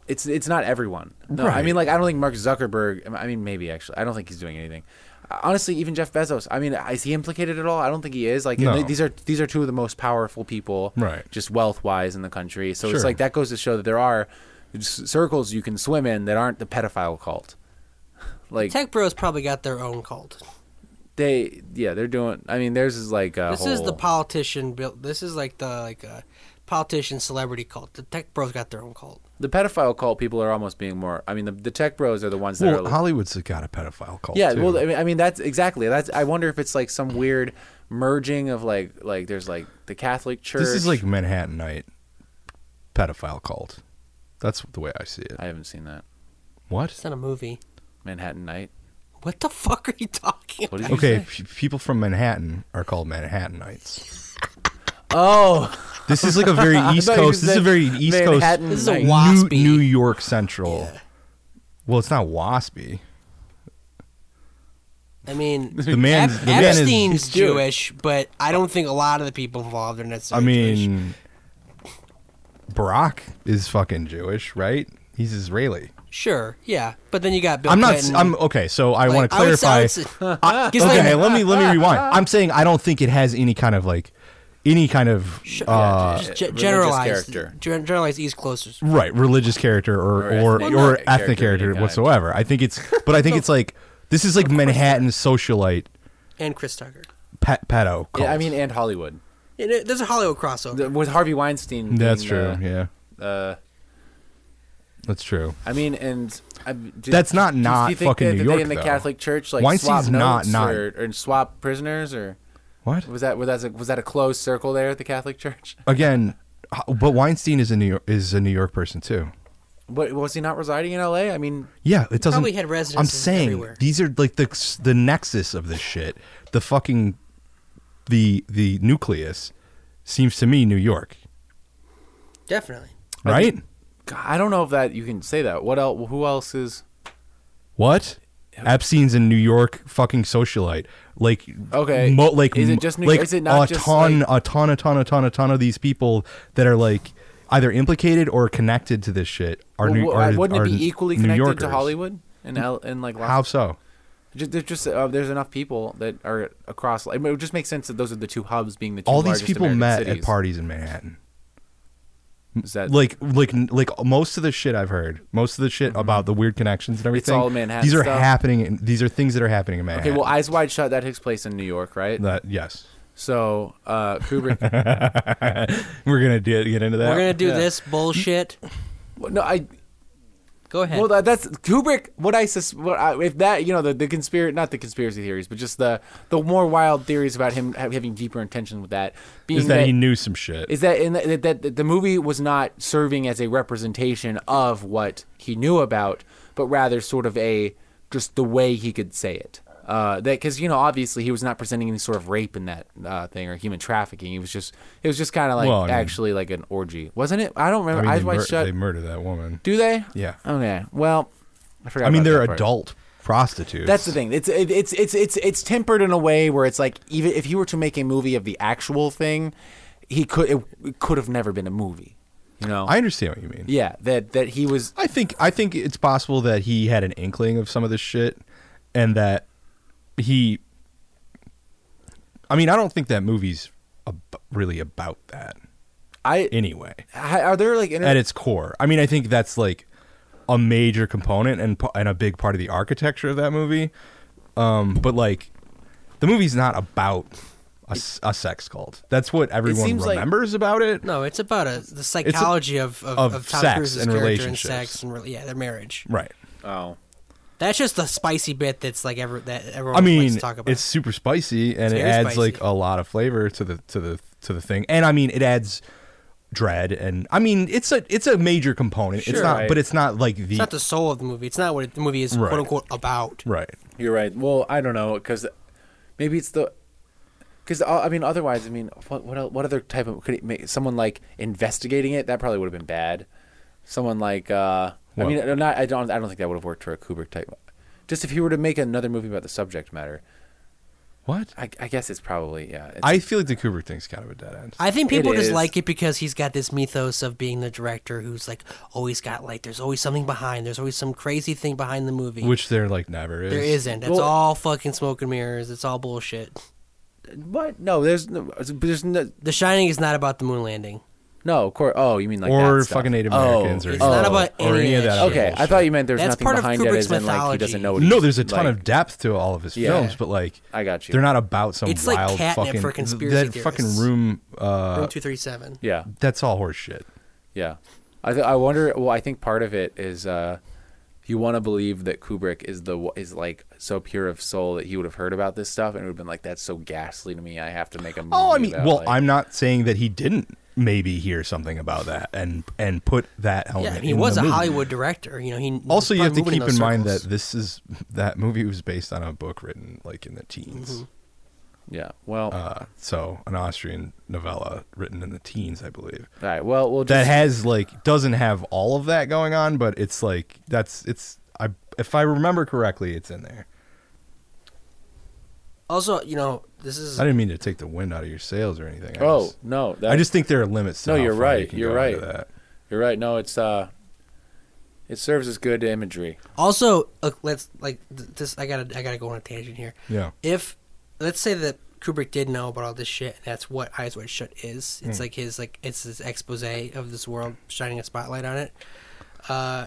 [SPEAKER 1] it's it's not everyone. No, I
[SPEAKER 2] Right.
[SPEAKER 1] mean, like I don't think Mark Zuckerberg. I mean, maybe actually, I don't think he's doing anything. Honestly, even Jeff Bezos. I mean, is he implicated at all? I don't think he is. Like
[SPEAKER 2] No.
[SPEAKER 1] th- these are these are two of the most powerful people,
[SPEAKER 2] Right.
[SPEAKER 1] Just wealth wise in the country. So it's
[SPEAKER 2] Sure.
[SPEAKER 1] like that goes to show that there are s- circles you can swim in that aren't the pedophile cult. Like
[SPEAKER 3] tech bros probably got their own cult.
[SPEAKER 1] they, yeah, they're doing. I mean, theirs is like a
[SPEAKER 3] This is the
[SPEAKER 1] whole-
[SPEAKER 3] politician. built This is like the like uh, politician celebrity cult. The tech bros got their own cult.
[SPEAKER 1] The pedophile cult people are almost being more. I mean, the, the tech bros are the ones that
[SPEAKER 2] Well,
[SPEAKER 1] are. like-
[SPEAKER 2] Hollywood's got a pedophile cult.
[SPEAKER 1] yeah,
[SPEAKER 2] too.
[SPEAKER 1] well, I mean, I mean, that's exactly. That's. I wonder if it's like some weird merging of like, like there's like the Catholic Church.
[SPEAKER 2] this is like Manhattanite pedophile cult. That's the way I see it.
[SPEAKER 1] I haven't seen that
[SPEAKER 2] What?
[SPEAKER 3] It's not a movie.
[SPEAKER 1] Manhattan Night.
[SPEAKER 3] What the fuck are you talking
[SPEAKER 1] What
[SPEAKER 3] about?
[SPEAKER 1] did you
[SPEAKER 2] Okay, p- people from Manhattan are called Manhattanites.
[SPEAKER 1] Oh,
[SPEAKER 2] This is like a very East
[SPEAKER 1] I thought you
[SPEAKER 2] Coast. This is a
[SPEAKER 1] said
[SPEAKER 2] very East
[SPEAKER 1] Manhattan
[SPEAKER 3] This is
[SPEAKER 1] Night.
[SPEAKER 3] a
[SPEAKER 2] Coast, New,
[SPEAKER 3] waspy.
[SPEAKER 2] New York Central. Well, it's not waspy.
[SPEAKER 3] I mean,
[SPEAKER 2] The man's-
[SPEAKER 3] Ep-
[SPEAKER 2] the man is-
[SPEAKER 3] Epstein's
[SPEAKER 1] He's Jewish.
[SPEAKER 3] Jewish, but I don't think a lot of the people involved are
[SPEAKER 2] I
[SPEAKER 3] necessarily. Jewish.
[SPEAKER 2] mean, Barack is fucking Jewish, right? He's Israeli.
[SPEAKER 3] sure, yeah, but then you got Bill
[SPEAKER 2] I'm not.
[SPEAKER 3] Clinton. uh,
[SPEAKER 2] I'm okay. So I want to
[SPEAKER 3] I would say- I
[SPEAKER 2] clarify.
[SPEAKER 3] would say- Because, like,
[SPEAKER 2] okay, let me let me rewind. I'm saying I don't think it has any kind of like any kind of
[SPEAKER 3] Sure,
[SPEAKER 2] uh,
[SPEAKER 3] just ge-
[SPEAKER 1] religious
[SPEAKER 3] generalized,
[SPEAKER 1] character.
[SPEAKER 3] gen- generalized East closest.
[SPEAKER 2] right religious character or or
[SPEAKER 1] Or ethnic-
[SPEAKER 2] or,
[SPEAKER 1] well, not
[SPEAKER 2] ethnic
[SPEAKER 1] character of
[SPEAKER 2] character
[SPEAKER 1] any kind.
[SPEAKER 2] whatsoever. I think it's, but I think it's like this is like Manhattan socialite
[SPEAKER 3] and Chris Tucker.
[SPEAKER 2] pet, pedo. Cult.
[SPEAKER 1] Yeah, I mean, and Hollywood
[SPEAKER 3] And it- there's a Hollywood crossover.
[SPEAKER 1] The- with Harvey Weinstein.
[SPEAKER 2] that's
[SPEAKER 1] being
[SPEAKER 2] true.
[SPEAKER 1] the-
[SPEAKER 2] yeah,
[SPEAKER 1] Uh,
[SPEAKER 2] that's true.
[SPEAKER 1] I mean, and I, do,
[SPEAKER 2] That's not
[SPEAKER 1] do you
[SPEAKER 2] not
[SPEAKER 1] think
[SPEAKER 2] fucking
[SPEAKER 1] that,
[SPEAKER 2] New
[SPEAKER 1] that
[SPEAKER 2] York,
[SPEAKER 1] They in the
[SPEAKER 2] though.
[SPEAKER 1] Catholic Church, like
[SPEAKER 2] Weinstein's
[SPEAKER 1] swap
[SPEAKER 2] not-
[SPEAKER 1] notes
[SPEAKER 2] not-
[SPEAKER 1] Or, or swap prisoners, or
[SPEAKER 2] What
[SPEAKER 1] was that was that was that a closed circle there at the Catholic Church?
[SPEAKER 2] again? h- But Weinstein is a New York is a New York person too.
[SPEAKER 1] But was he not residing in L.A.? I mean,
[SPEAKER 2] Yeah, it doesn't.
[SPEAKER 3] probably had
[SPEAKER 2] I'm
[SPEAKER 3] residences
[SPEAKER 2] saying
[SPEAKER 3] everywhere.
[SPEAKER 2] these are like the the nexus of this shit. The fucking the the nucleus seems to me New York,
[SPEAKER 3] Definitely.
[SPEAKER 2] right?
[SPEAKER 1] God, I don't know if that you can say that. What else? Who else is?
[SPEAKER 2] what? Epstein's a New York fucking socialite. Like
[SPEAKER 1] Okay.
[SPEAKER 2] mo- like
[SPEAKER 1] Is it
[SPEAKER 2] m-
[SPEAKER 1] just New-
[SPEAKER 2] like
[SPEAKER 1] is it not
[SPEAKER 2] a
[SPEAKER 1] just,
[SPEAKER 2] ton, a ton, a ton, a ton, a ton of these people that are like either implicated or connected to this shit are
[SPEAKER 1] Well,
[SPEAKER 2] New
[SPEAKER 1] wh- uh,
[SPEAKER 2] are,
[SPEAKER 1] wouldn't
[SPEAKER 2] are
[SPEAKER 1] it be equally
[SPEAKER 2] New
[SPEAKER 1] connected to
[SPEAKER 2] Yorkers.
[SPEAKER 1] Hollywood and L, and like Los
[SPEAKER 2] How so?
[SPEAKER 1] Ju- There's just uh, there's enough people that are across. I mean, it would just makes sense that those are the two hubs being the two
[SPEAKER 2] All these
[SPEAKER 1] largest
[SPEAKER 2] people
[SPEAKER 1] American
[SPEAKER 2] met
[SPEAKER 1] cities.
[SPEAKER 2] at parties in Manhattan.
[SPEAKER 1] Is that-
[SPEAKER 2] Like, like, like most of the shit I've heard, most of the shit about the weird connections and everything.
[SPEAKER 1] Mm-hmm. all Manhattan
[SPEAKER 2] These are
[SPEAKER 1] stuff?
[SPEAKER 2] happening. In, these are things that are happening in
[SPEAKER 1] okay,
[SPEAKER 2] Manhattan.
[SPEAKER 1] well, Eyes Wide Shut that takes place in New York, right?
[SPEAKER 2] that yes,
[SPEAKER 1] So uh, Kubrick
[SPEAKER 2] we're gonna do, get into that.
[SPEAKER 3] We're gonna do
[SPEAKER 1] Yeah.
[SPEAKER 3] this bullshit.
[SPEAKER 1] Well, no, I.
[SPEAKER 3] Go ahead.
[SPEAKER 1] Well, that, that's Kubrick. What I sus, what I, if that you know the the conspiracy, not the conspiracy theories, but just the the more wild theories about him ha- having deeper intention with that being
[SPEAKER 2] is that, he knew some shit?
[SPEAKER 1] is that in the, that, that the movie was not serving as a representation of what he knew about, but rather sort of a just the way he could say it. Uh, that because you know obviously he was not presenting any sort of rape in that uh, thing or human trafficking. He was just it was just kind of like
[SPEAKER 2] Well, I mean-
[SPEAKER 1] actually like an orgy, wasn't it? I don't
[SPEAKER 2] I
[SPEAKER 1] remember.
[SPEAKER 2] mean,
[SPEAKER 1] Eyes
[SPEAKER 2] they,
[SPEAKER 1] wide
[SPEAKER 2] mur-
[SPEAKER 1] shut.
[SPEAKER 2] they murder that woman.
[SPEAKER 1] Do they?
[SPEAKER 2] Yeah.
[SPEAKER 1] Okay. Well, I forgot.
[SPEAKER 2] I mean,
[SPEAKER 1] about
[SPEAKER 2] they're
[SPEAKER 1] that part.
[SPEAKER 2] adult prostitutes.
[SPEAKER 1] That's the thing. It's it, it's it's it's it's tempered in a way where it's like even if he were to make a movie of the actual thing, he could it, it could have never been a movie. You know.
[SPEAKER 2] I understand what you mean.
[SPEAKER 1] yeah. That that he was.
[SPEAKER 2] I think I think it's possible that he had an inkling of some of this shit, and that he. I mean, I don't think that movie's ab- really about that
[SPEAKER 1] I
[SPEAKER 2] anyway.
[SPEAKER 1] ha- are there like inter-
[SPEAKER 2] At its core, I mean, I think that's like a major component and pa- and a big part of the architecture of that movie. Um, but like, the movie's not about a, s- a sex cult. That's what everyone
[SPEAKER 1] seems like-
[SPEAKER 2] remembers about it.
[SPEAKER 3] no, it's about a, the psychology of, of,
[SPEAKER 2] of
[SPEAKER 3] of, Tom
[SPEAKER 2] sex
[SPEAKER 3] Cruise's
[SPEAKER 2] and
[SPEAKER 3] character and
[SPEAKER 2] relationships.
[SPEAKER 3] sex and re- yeah, their marriage.
[SPEAKER 2] Right.
[SPEAKER 1] oh.
[SPEAKER 3] That's just the spicy bit that's like ever that everyone
[SPEAKER 2] I
[SPEAKER 3] likes
[SPEAKER 2] mean,
[SPEAKER 3] to talk about.
[SPEAKER 2] it's super spicy and it
[SPEAKER 3] very
[SPEAKER 2] adds
[SPEAKER 3] spicy.
[SPEAKER 2] like a lot of flavor to the to the to the thing. And I mean, it adds dread and I mean, it's a it's a major component. it's
[SPEAKER 1] Sure.
[SPEAKER 2] not,
[SPEAKER 1] Right.
[SPEAKER 2] but it's not like the,
[SPEAKER 3] It's not the soul of the movie. It's not what the movie is
[SPEAKER 2] Right.
[SPEAKER 3] quote unquote about.
[SPEAKER 2] right.
[SPEAKER 1] You're right. Well, I don't know because maybe it's the because I mean otherwise I mean what what el- what other type of could it make someone like investigating it that probably would have been bad. Someone like uh, I
[SPEAKER 2] Well-
[SPEAKER 1] mean I'm not I don't I don't think that would have worked for a Kubrick type. Just if he were to make another movie about the subject matter,
[SPEAKER 2] What?
[SPEAKER 1] I, I guess it's probably yeah. It's,
[SPEAKER 2] I feel like the Kubrick thing's kind of a dead end.
[SPEAKER 3] I think people
[SPEAKER 1] It
[SPEAKER 3] just
[SPEAKER 1] is.
[SPEAKER 3] like it because he's got this mythos of being the director who's like always got like there's always something behind. There's always some crazy thing behind the movie.
[SPEAKER 2] which there like never is.
[SPEAKER 3] there isn't. That's
[SPEAKER 1] Well-
[SPEAKER 3] all fucking smoke and mirrors. It's all bullshit.
[SPEAKER 1] but no, there's no, there's no,
[SPEAKER 3] The Shining is not about the moon landing.
[SPEAKER 1] No, of course. Oh, you mean like
[SPEAKER 2] or
[SPEAKER 1] that stuff.
[SPEAKER 2] fucking Native
[SPEAKER 1] Oh,
[SPEAKER 2] Americans or,
[SPEAKER 3] It's not about
[SPEAKER 2] or any of that. other
[SPEAKER 3] any of
[SPEAKER 1] Okay, I
[SPEAKER 2] bullshit.
[SPEAKER 1] thought you meant there was
[SPEAKER 3] That's
[SPEAKER 1] nothing
[SPEAKER 3] part of
[SPEAKER 1] behind it,
[SPEAKER 3] Kubrick's
[SPEAKER 1] as in like he doesn't know what.
[SPEAKER 2] No,
[SPEAKER 1] he's-
[SPEAKER 2] there's a ton
[SPEAKER 1] like-
[SPEAKER 2] of depth to all of his
[SPEAKER 1] Yeah.
[SPEAKER 2] films, but like
[SPEAKER 1] I got you.
[SPEAKER 2] They're not about some
[SPEAKER 3] It's like
[SPEAKER 2] wild
[SPEAKER 3] catnip
[SPEAKER 2] fucking
[SPEAKER 3] for conspiracy
[SPEAKER 2] that
[SPEAKER 3] theorists.
[SPEAKER 2] fucking room. Uh,
[SPEAKER 3] Room two three seven.
[SPEAKER 1] Yeah,
[SPEAKER 2] that's all horse shit.
[SPEAKER 1] yeah. I th- I wonder. Well, I think part of it is uh, you want to believe that Kubrick is the is like so pure of soul that he would have heard about this stuff and would have been like, "That's so ghastly to me. I have to make a movie."
[SPEAKER 2] Oh, I mean,
[SPEAKER 1] about,
[SPEAKER 2] well,
[SPEAKER 1] like-
[SPEAKER 2] I'm not saying that he didn't maybe hear something about that and and put that
[SPEAKER 3] Yeah,
[SPEAKER 2] element.
[SPEAKER 3] and he
[SPEAKER 2] oh, in
[SPEAKER 3] was
[SPEAKER 2] the
[SPEAKER 3] a
[SPEAKER 2] movie.
[SPEAKER 3] Hollywood director. You know, he
[SPEAKER 2] Also, you
[SPEAKER 3] was
[SPEAKER 2] have to
[SPEAKER 3] probably
[SPEAKER 2] keep
[SPEAKER 3] moving
[SPEAKER 2] in
[SPEAKER 3] those
[SPEAKER 2] mind that
[SPEAKER 3] circles.
[SPEAKER 2] this is that movie was based on a book written like in the teens.
[SPEAKER 1] Yeah. Well.
[SPEAKER 2] Uh, so an Austrian novella written in the teens, I believe.
[SPEAKER 1] all right. Well, we'll
[SPEAKER 2] That
[SPEAKER 1] just.
[SPEAKER 2] has like doesn't have all of that going on, but it's like that's it's I if I remember correctly, it's in there.
[SPEAKER 3] also, you know, this is
[SPEAKER 2] I didn't mean to take the wind out of your sails or anything. I
[SPEAKER 1] oh
[SPEAKER 2] just,
[SPEAKER 1] no! That,
[SPEAKER 2] I just think there are limits. To
[SPEAKER 1] No,
[SPEAKER 2] how
[SPEAKER 1] you're
[SPEAKER 2] far you
[SPEAKER 1] right,
[SPEAKER 2] can
[SPEAKER 1] you're
[SPEAKER 2] go into
[SPEAKER 1] right.
[SPEAKER 2] That.
[SPEAKER 1] You're right. No, it's uh, it serves as good imagery.
[SPEAKER 3] also look, let's like th- this. I gotta I gotta go on a tangent here.
[SPEAKER 2] Yeah.
[SPEAKER 3] If let's say that Kubrick did know about all this shit, and that's what Eyes Wide Shut is.
[SPEAKER 2] Hmm.
[SPEAKER 3] It's like his like it's his expose of this world, shining a spotlight on it. Uh,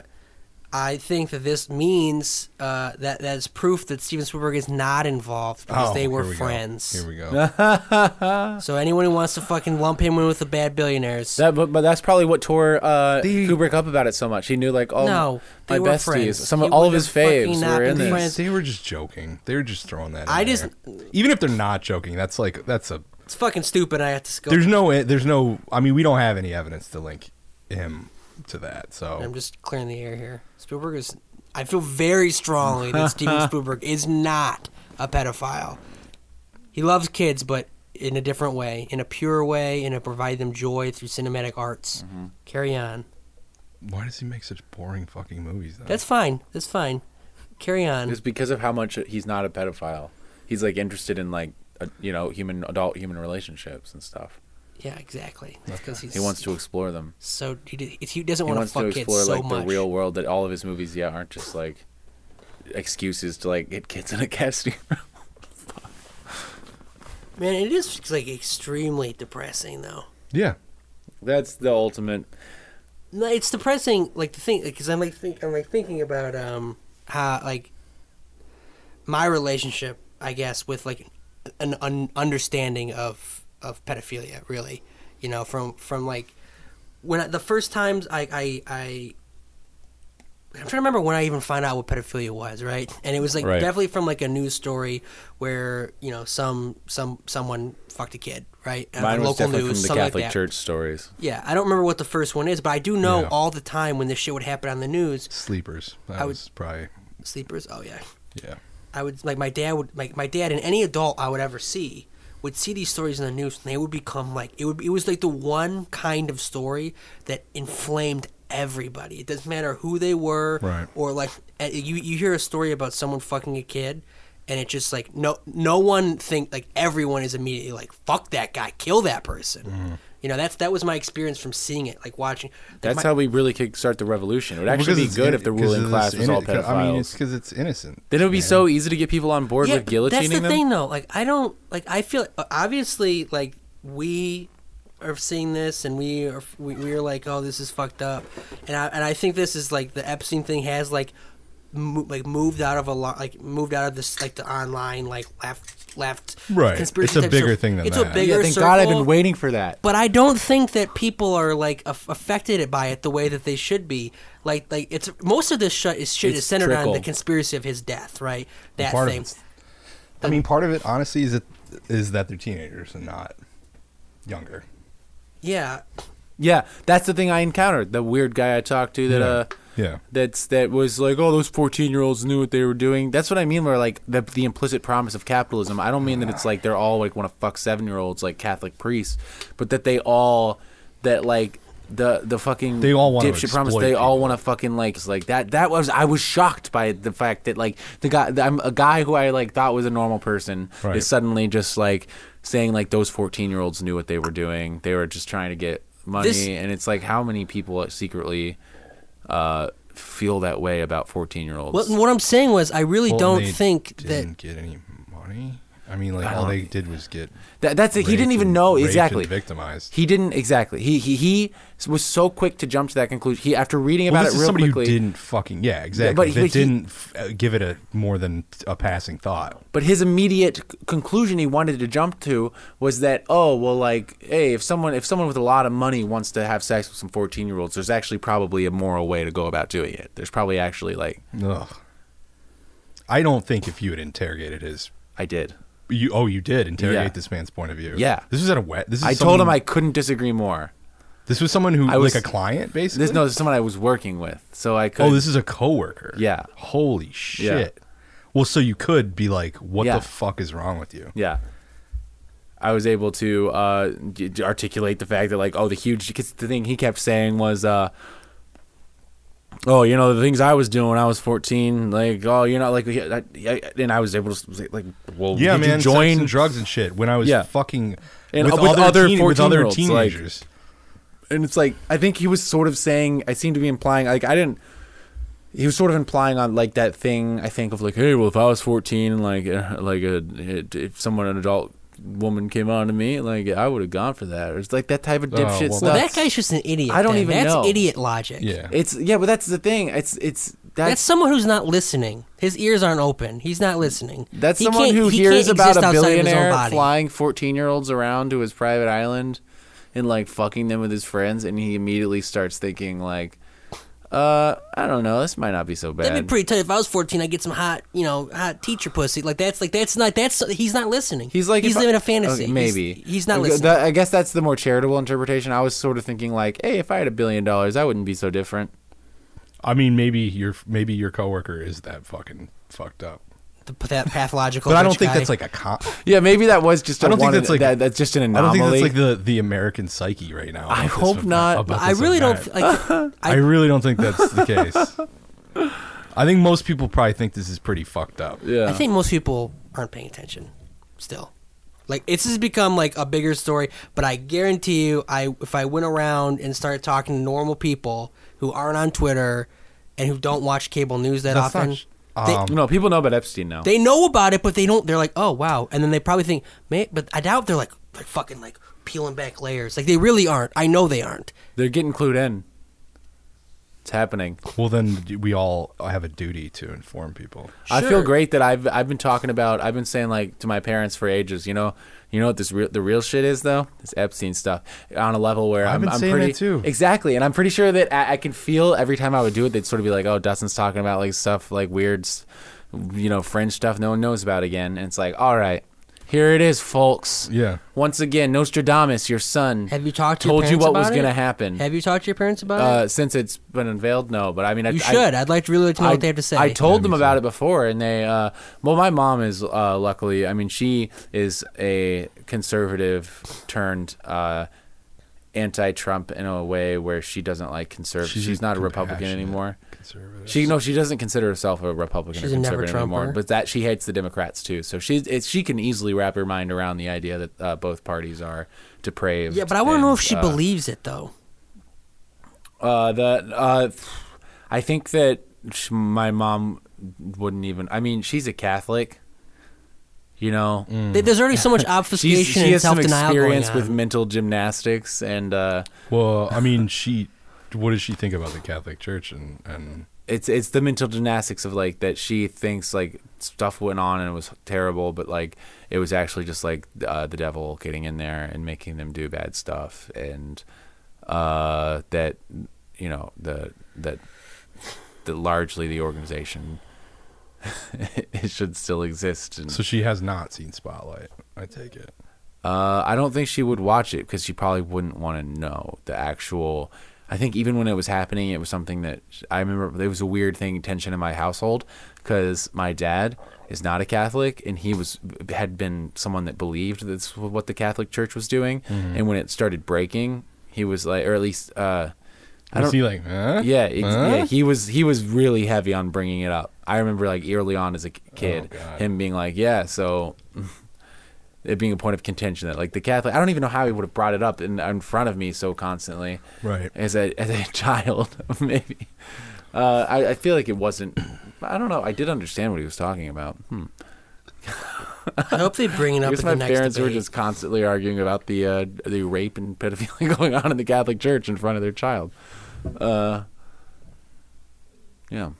[SPEAKER 3] I think that this means uh, that that is proof that Steven Spielberg is not involved because
[SPEAKER 2] Oh,
[SPEAKER 3] they were
[SPEAKER 2] here we go.
[SPEAKER 3] friends.
[SPEAKER 2] Here we go.
[SPEAKER 3] So anyone who wants to fucking lump him in with the bad billionaires,
[SPEAKER 1] That, but, but that's probably what tore uh,
[SPEAKER 2] They-
[SPEAKER 1] Kubrick up about it so much. He knew like, oh,
[SPEAKER 3] No,
[SPEAKER 1] my
[SPEAKER 3] they were
[SPEAKER 1] besties,
[SPEAKER 3] friends.
[SPEAKER 1] some
[SPEAKER 3] He
[SPEAKER 1] of all of
[SPEAKER 3] would've
[SPEAKER 1] his faves
[SPEAKER 3] fucking not
[SPEAKER 1] were in
[SPEAKER 3] been
[SPEAKER 1] this.
[SPEAKER 3] friends.
[SPEAKER 2] They were just joking. They were just throwing that.
[SPEAKER 3] I
[SPEAKER 2] in
[SPEAKER 3] just-
[SPEAKER 2] there. even if they're not joking, that's like that's a.
[SPEAKER 3] it's fucking stupid. I have to go.
[SPEAKER 2] There's no. eh, There's no. I mean, we don't have any evidence to link him to that.
[SPEAKER 1] Oh.
[SPEAKER 3] I'm
[SPEAKER 2] So
[SPEAKER 3] just clearing the air here. Spielberg is. I feel very strongly that Steven Spielberg is not a pedophile. He loves kids, but in a different way, in a pure way, and to provide them joy through cinematic arts.
[SPEAKER 1] Mm-hmm.
[SPEAKER 3] Carry on.
[SPEAKER 2] why does he make such boring fucking movies? Then?
[SPEAKER 3] That's fine. That's fine. Carry on.
[SPEAKER 1] It's because of how much he's not a pedophile. He's like interested in like uh you know human adult human relationships and stuff.
[SPEAKER 3] Yeah, exactly. That's because he's
[SPEAKER 1] He wants to explore them.
[SPEAKER 3] so he, d- he doesn't
[SPEAKER 1] He
[SPEAKER 3] want to
[SPEAKER 1] wants to
[SPEAKER 3] fuck kids
[SPEAKER 1] explore
[SPEAKER 3] so
[SPEAKER 1] like
[SPEAKER 3] much.
[SPEAKER 1] the real world that all of his movies yeah aren't just like excuses to like get kids in a casting room.
[SPEAKER 3] Man, it is like extremely depressing though.
[SPEAKER 2] yeah.
[SPEAKER 1] That's the ultimate.
[SPEAKER 3] No, it's depressing. Like the thing, because I'm like think I'm like thinking about um how like my relationship, I guess, with like an un- understanding of of pedophilia. Really, you know, from from like when I, the first times I I. I I'm trying to remember when I even found out what pedophilia was, right? And it was like
[SPEAKER 1] Right.
[SPEAKER 3] definitely from like a news story where you know some some someone fucked a kid, right? Uh,
[SPEAKER 1] Mine was
[SPEAKER 3] local
[SPEAKER 1] definitely
[SPEAKER 3] news,
[SPEAKER 1] from the
[SPEAKER 3] something like
[SPEAKER 1] Catholic
[SPEAKER 3] that.
[SPEAKER 1] Church stories.
[SPEAKER 3] Yeah, I don't remember what the first one is, but I do know
[SPEAKER 2] Yeah.
[SPEAKER 3] all the time when this shit would happen on the news.
[SPEAKER 2] Sleepers. That
[SPEAKER 3] I would-
[SPEAKER 2] was probably.
[SPEAKER 3] Sleepers. Oh yeah,
[SPEAKER 2] Yeah.
[SPEAKER 3] I would like my dad would like my dad and any adult I would ever see would see these stories in the news, and they would become like it would. It was like the one kind of story that inflamed everybody. It doesn't matter who they were,
[SPEAKER 2] Right.
[SPEAKER 3] or like uh, you you hear a story about someone fucking a kid. And it's just like no, no one think like everyone is immediately like fuck that guy, kill that person.
[SPEAKER 2] Mm-hmm.
[SPEAKER 3] You know that's that was my experience from seeing it, like watching. like,
[SPEAKER 1] That's
[SPEAKER 3] my-
[SPEAKER 1] how we really kick start the revolution. It would
[SPEAKER 2] Because
[SPEAKER 1] actually be
[SPEAKER 2] it's
[SPEAKER 1] good
[SPEAKER 2] in-
[SPEAKER 1] if the
[SPEAKER 2] 'cause
[SPEAKER 1] ruling
[SPEAKER 2] it's
[SPEAKER 1] class was all
[SPEAKER 2] inno- 'cause-
[SPEAKER 1] pedophiles.
[SPEAKER 2] I mean, it's because it's innocent.
[SPEAKER 1] Then it would be
[SPEAKER 2] man.
[SPEAKER 1] so easy to get people on board with
[SPEAKER 3] but
[SPEAKER 1] guillotining
[SPEAKER 3] That's the
[SPEAKER 1] them.
[SPEAKER 3] thing, though. Like, I don't like. I feel uh, obviously like we are seeing this, and we are we, we are like, oh, this is fucked up, and I and I think this is like the Epstein thing has like mo- like moved out of a lot like moved out of this like the online like left left
[SPEAKER 2] Right. It's a
[SPEAKER 3] type
[SPEAKER 2] bigger
[SPEAKER 3] circle.
[SPEAKER 2] thing than
[SPEAKER 3] it's
[SPEAKER 2] that.
[SPEAKER 3] a bigger circle.
[SPEAKER 1] waiting for that.
[SPEAKER 3] But I don't think that people are like aff- affected by it the way that they should be. Like, like it's most of this shit is shit is
[SPEAKER 1] It's
[SPEAKER 3] centered on
[SPEAKER 1] trickle.
[SPEAKER 3] the conspiracy of his death, right?
[SPEAKER 2] And
[SPEAKER 3] That
[SPEAKER 2] part
[SPEAKER 3] thing.
[SPEAKER 2] Of it's- I mean, part of it, honestly, is that is that they're teenagers and not younger.
[SPEAKER 3] Yeah,
[SPEAKER 1] Yeah, that's the thing I encountered. The weird guy I talked to that uh
[SPEAKER 2] Yeah.
[SPEAKER 1] that's that was like, oh, those fourteen year olds knew what they were doing. That's what I mean. Where like the the implicit promise of capitalism. I don't mean that it's like they're all like want to fuck seven year olds like Catholic priests, but that they all that like the the fucking
[SPEAKER 2] They all wanna
[SPEAKER 1] dipshit promise.
[SPEAKER 2] exploit
[SPEAKER 1] They all
[SPEAKER 2] people.
[SPEAKER 1] want to fucking like it's like that. That was I was shocked by the fact that like the guy the- I'm a guy who I like thought was a normal person
[SPEAKER 2] Right.
[SPEAKER 1] is suddenly just like saying like those fourteen year olds knew what they were doing. They were just trying to get money,
[SPEAKER 3] This-
[SPEAKER 1] and it's like how many people secretly uh, feel that way about 14 year olds.
[SPEAKER 3] Well, what I'm saying was, I really
[SPEAKER 2] Well,
[SPEAKER 3] don't
[SPEAKER 2] they
[SPEAKER 3] think
[SPEAKER 2] didn't
[SPEAKER 3] that.
[SPEAKER 2] get any money. I mean, like
[SPEAKER 1] I
[SPEAKER 2] all
[SPEAKER 1] don't-
[SPEAKER 2] they did was get.
[SPEAKER 1] That, that's it. He
[SPEAKER 2] raped
[SPEAKER 1] didn't even
[SPEAKER 2] and-
[SPEAKER 1] know
[SPEAKER 2] raped and
[SPEAKER 1] exactly.
[SPEAKER 2] victimized.
[SPEAKER 1] He didn't exactly. He he he was so quick to jump to that conclusion. He after reading
[SPEAKER 2] Well,
[SPEAKER 1] about
[SPEAKER 2] this
[SPEAKER 1] it
[SPEAKER 2] is
[SPEAKER 1] real
[SPEAKER 2] somebody
[SPEAKER 1] quickly.
[SPEAKER 2] who didn't fucking yeah exactly.
[SPEAKER 1] but he-
[SPEAKER 2] that
[SPEAKER 1] but he-
[SPEAKER 2] didn't f- uh, give it a more than a passing thought.
[SPEAKER 1] But his immediate c- conclusion he wanted to jump to was that oh well like hey if someone if someone with a lot of money wants to have sex with some 14 year olds there's actually probably a moral way to go about doing it. There's probably actually like
[SPEAKER 2] Ugh. I don't think if you had interrogated his,
[SPEAKER 1] I did.
[SPEAKER 2] you oh you did interrogate
[SPEAKER 1] Yeah.
[SPEAKER 2] this man's point of view.
[SPEAKER 1] Yeah.
[SPEAKER 2] this was at a wet. This is
[SPEAKER 1] I told him
[SPEAKER 2] someone-
[SPEAKER 1] I couldn't disagree more.
[SPEAKER 2] This was someone who
[SPEAKER 1] I was-
[SPEAKER 2] like a client basically.
[SPEAKER 1] This no, this is someone I was working with, so I could.
[SPEAKER 2] oh, this is a coworker.
[SPEAKER 1] Yeah.
[SPEAKER 2] Holy shit. Well, so you could be like, what
[SPEAKER 1] Yeah.
[SPEAKER 2] the fuck is wrong with you?
[SPEAKER 1] Yeah. I was able to uh, d- d- articulate the fact that, like, oh, the huge, because the thing he kept saying was, uh, oh, you know, the things I was doing when I was 14, like, oh, you're not like, I, I, and I was able to, say, like, well,
[SPEAKER 2] Yeah, man.
[SPEAKER 1] did you
[SPEAKER 2] sex
[SPEAKER 1] join
[SPEAKER 2] and drugs and shit. When I was
[SPEAKER 1] Yeah.
[SPEAKER 2] fucking
[SPEAKER 1] And uh,
[SPEAKER 2] with,
[SPEAKER 1] with
[SPEAKER 2] other
[SPEAKER 1] other
[SPEAKER 2] teen- with other
[SPEAKER 1] 14-year-olds, like-
[SPEAKER 2] teenagers.
[SPEAKER 1] and it's like I think he was sort of saying I seem to be implying like I didn't he was sort of implying on like that thing I think of like hey well if I was 14 and like uh, like a it, if someone an adult woman came on to me like I would have gone for that or it's like that type of dipshit
[SPEAKER 2] well,
[SPEAKER 1] stuff.
[SPEAKER 3] Oh, Well, that guy's just an idiot.
[SPEAKER 1] I don't
[SPEAKER 3] then.
[SPEAKER 1] even
[SPEAKER 3] That's
[SPEAKER 1] know.
[SPEAKER 3] idiot logic.
[SPEAKER 2] yeah.
[SPEAKER 1] it's yeah, but that's the thing. It's it's
[SPEAKER 3] That's
[SPEAKER 1] that's
[SPEAKER 3] someone who's not listening. His ears aren't open. He's not listening.
[SPEAKER 1] that's
[SPEAKER 3] He
[SPEAKER 1] someone
[SPEAKER 3] can't-
[SPEAKER 1] who
[SPEAKER 3] he
[SPEAKER 1] hears
[SPEAKER 3] can't
[SPEAKER 1] about
[SPEAKER 3] exist
[SPEAKER 1] a
[SPEAKER 3] outside of his own
[SPEAKER 1] billionaire
[SPEAKER 3] body.
[SPEAKER 1] flying 14 year olds around to his private island and like fucking them with his friends and he immediately starts thinking like uh I don't know this might not be so bad.
[SPEAKER 3] That'd be pretty tight. If I was fourteen, I'd get some hot, you know, hot teacher pussy. Like that's like that's not that's he's not listening.
[SPEAKER 1] He's like
[SPEAKER 3] he's
[SPEAKER 1] if I-
[SPEAKER 3] living a fantasy.
[SPEAKER 1] okay, maybe
[SPEAKER 3] he's, he's not
[SPEAKER 1] Okay,
[SPEAKER 3] listening.
[SPEAKER 1] that- I guess that's the more charitable interpretation. I was sort of thinking like, hey, if I had a billion dollars, I wouldn't be so different.
[SPEAKER 2] I mean, maybe your maybe your coworker is that fucking fucked up.
[SPEAKER 3] The- that pathological.
[SPEAKER 2] But I don't
[SPEAKER 3] rich
[SPEAKER 2] think
[SPEAKER 3] guy.
[SPEAKER 2] that's like a con-
[SPEAKER 1] Yeah, maybe that was just.
[SPEAKER 2] I
[SPEAKER 1] I
[SPEAKER 2] don't think
[SPEAKER 1] one
[SPEAKER 2] that's like-
[SPEAKER 1] that, that's just an
[SPEAKER 2] I don't
[SPEAKER 1] anomaly.
[SPEAKER 2] think that's like the the American psyche right now. about
[SPEAKER 1] I
[SPEAKER 2] this
[SPEAKER 1] hope
[SPEAKER 2] event-
[SPEAKER 1] not,
[SPEAKER 2] about
[SPEAKER 3] I
[SPEAKER 2] this
[SPEAKER 3] really
[SPEAKER 2] event.
[SPEAKER 3] don't like.
[SPEAKER 2] I really don't think that's the case. I think most people probably think this is pretty fucked up.
[SPEAKER 1] yeah.
[SPEAKER 3] I think most people aren't paying attention still. Like it's just become like a bigger story, but I guarantee you I if I went around and started talking to normal people who aren't on Twitter and who don't watch cable news that
[SPEAKER 2] That's
[SPEAKER 3] often,
[SPEAKER 2] not-
[SPEAKER 3] they,
[SPEAKER 2] um,
[SPEAKER 1] no, people know about Epstein now.
[SPEAKER 3] they know about it but they don't they're like, "Oh, wow." And then they probably think, "Man, but I doubt they're like like fucking like peeling back layers. Like they really aren't. I know they aren't.
[SPEAKER 1] They, are getting clued in. It's happening.
[SPEAKER 2] Well, then we all have a duty to inform people.
[SPEAKER 1] I
[SPEAKER 3] Sure.
[SPEAKER 1] feel great that I've I've been talking about. I've been saying like to my parents for ages. You know, you know what this real the real shit is though. This Epstein stuff on a level where
[SPEAKER 2] I've
[SPEAKER 1] I'm,
[SPEAKER 2] been
[SPEAKER 1] I'm
[SPEAKER 2] saying
[SPEAKER 1] pretty
[SPEAKER 2] that, too.
[SPEAKER 1] exactly, and I'm pretty sure that I, I can feel every time I would do it, they'd sort of be like, "Oh, Dustin's talking about like stuff like weird, s- you know, fringe stuff no one knows about again." And it's like, all right. Here it is, folks.
[SPEAKER 2] Yeah.
[SPEAKER 1] Once again, Nostradamus, your son,
[SPEAKER 3] Have you talked to your
[SPEAKER 1] told you
[SPEAKER 3] parents
[SPEAKER 1] what was
[SPEAKER 3] about it?
[SPEAKER 1] gonna happen.
[SPEAKER 3] Have you talked to your parents about
[SPEAKER 1] uh, since it's been unveiled, no. But I mean, I,
[SPEAKER 3] it? You
[SPEAKER 1] I-
[SPEAKER 3] should. I, would like to really like to know
[SPEAKER 1] I,
[SPEAKER 3] what they have to say.
[SPEAKER 1] I told them
[SPEAKER 2] me
[SPEAKER 1] about it before, and they. Uh, well, my mom is uh, luckily. I mean, she is a conservative turned uh, anti-Trump in a way where she doesn't like conservative. She's, not a Republican
[SPEAKER 2] compassionate
[SPEAKER 1] anymore.
[SPEAKER 2] conservative.
[SPEAKER 1] She no, she doesn't consider herself a Republican
[SPEAKER 3] She's
[SPEAKER 1] or
[SPEAKER 3] a
[SPEAKER 1] conservative
[SPEAKER 3] never-Trumper.
[SPEAKER 1] anymore. But that she hates the Democrats too. So she's it, she can easily wrap her mind around the idea that uh, both parties are depraved.
[SPEAKER 3] yeah, but I want to know
[SPEAKER 1] and,
[SPEAKER 3] if she
[SPEAKER 1] uh,
[SPEAKER 3] believes it though.
[SPEAKER 1] uh, that uh, I think that sh- my mom wouldn't even. I mean, she's a Catholic. You know,
[SPEAKER 3] Th- There's already so much
[SPEAKER 1] hmm. she's,
[SPEAKER 3] obfuscation
[SPEAKER 1] she
[SPEAKER 3] and
[SPEAKER 1] has
[SPEAKER 3] self
[SPEAKER 1] some
[SPEAKER 3] denial going
[SPEAKER 1] experience
[SPEAKER 3] on.
[SPEAKER 1] with mental gymnastics, and uh,
[SPEAKER 2] Well, I mean, she. What does she think about the Catholic Church and and
[SPEAKER 1] it's it's the mental gymnastics of like that she thinks like stuff went on and it was terrible, but like it was actually just like uh, the devil getting in there and making them do bad stuff, and uh, that you know the that that largely the organization it should still exist. And,
[SPEAKER 2] so she has not seen Spotlight. I take it.
[SPEAKER 1] uh, I don't think she would watch it because she probably wouldn't want to know the actual. I think even when it was happening, it was something that I remember. There was a weird thing, tension in my household because my dad is not a Catholic, and he was had been someone that believed that's what the Catholic Church was doing. And when it started breaking, he was like, or at least, uh, I
[SPEAKER 2] Was
[SPEAKER 1] don't.
[SPEAKER 2] he like, huh?
[SPEAKER 1] Yeah, it,
[SPEAKER 2] Huh?
[SPEAKER 1] yeah, he was he was really heavy on bringing it up. I remember like early on as a k- kid,
[SPEAKER 2] Oh, God.
[SPEAKER 1] him being like, "Yeah," so it being a point of contention that like the Catholic, I don't even know how he would have brought it up in, in front of me so constantly,
[SPEAKER 2] Right.
[SPEAKER 1] As a as a child, maybe. Uh, I, I feel like it wasn't. I don't know. I did understand what he was talking about. Hmm.
[SPEAKER 3] I hope they bring it
[SPEAKER 1] I
[SPEAKER 3] up
[SPEAKER 1] guess
[SPEAKER 3] in the
[SPEAKER 1] my
[SPEAKER 3] next
[SPEAKER 1] parents were
[SPEAKER 3] debate.
[SPEAKER 1] just constantly arguing about the uh, the rape and pedophilia going on in the Catholic Church in front of their child. Uh, yeah,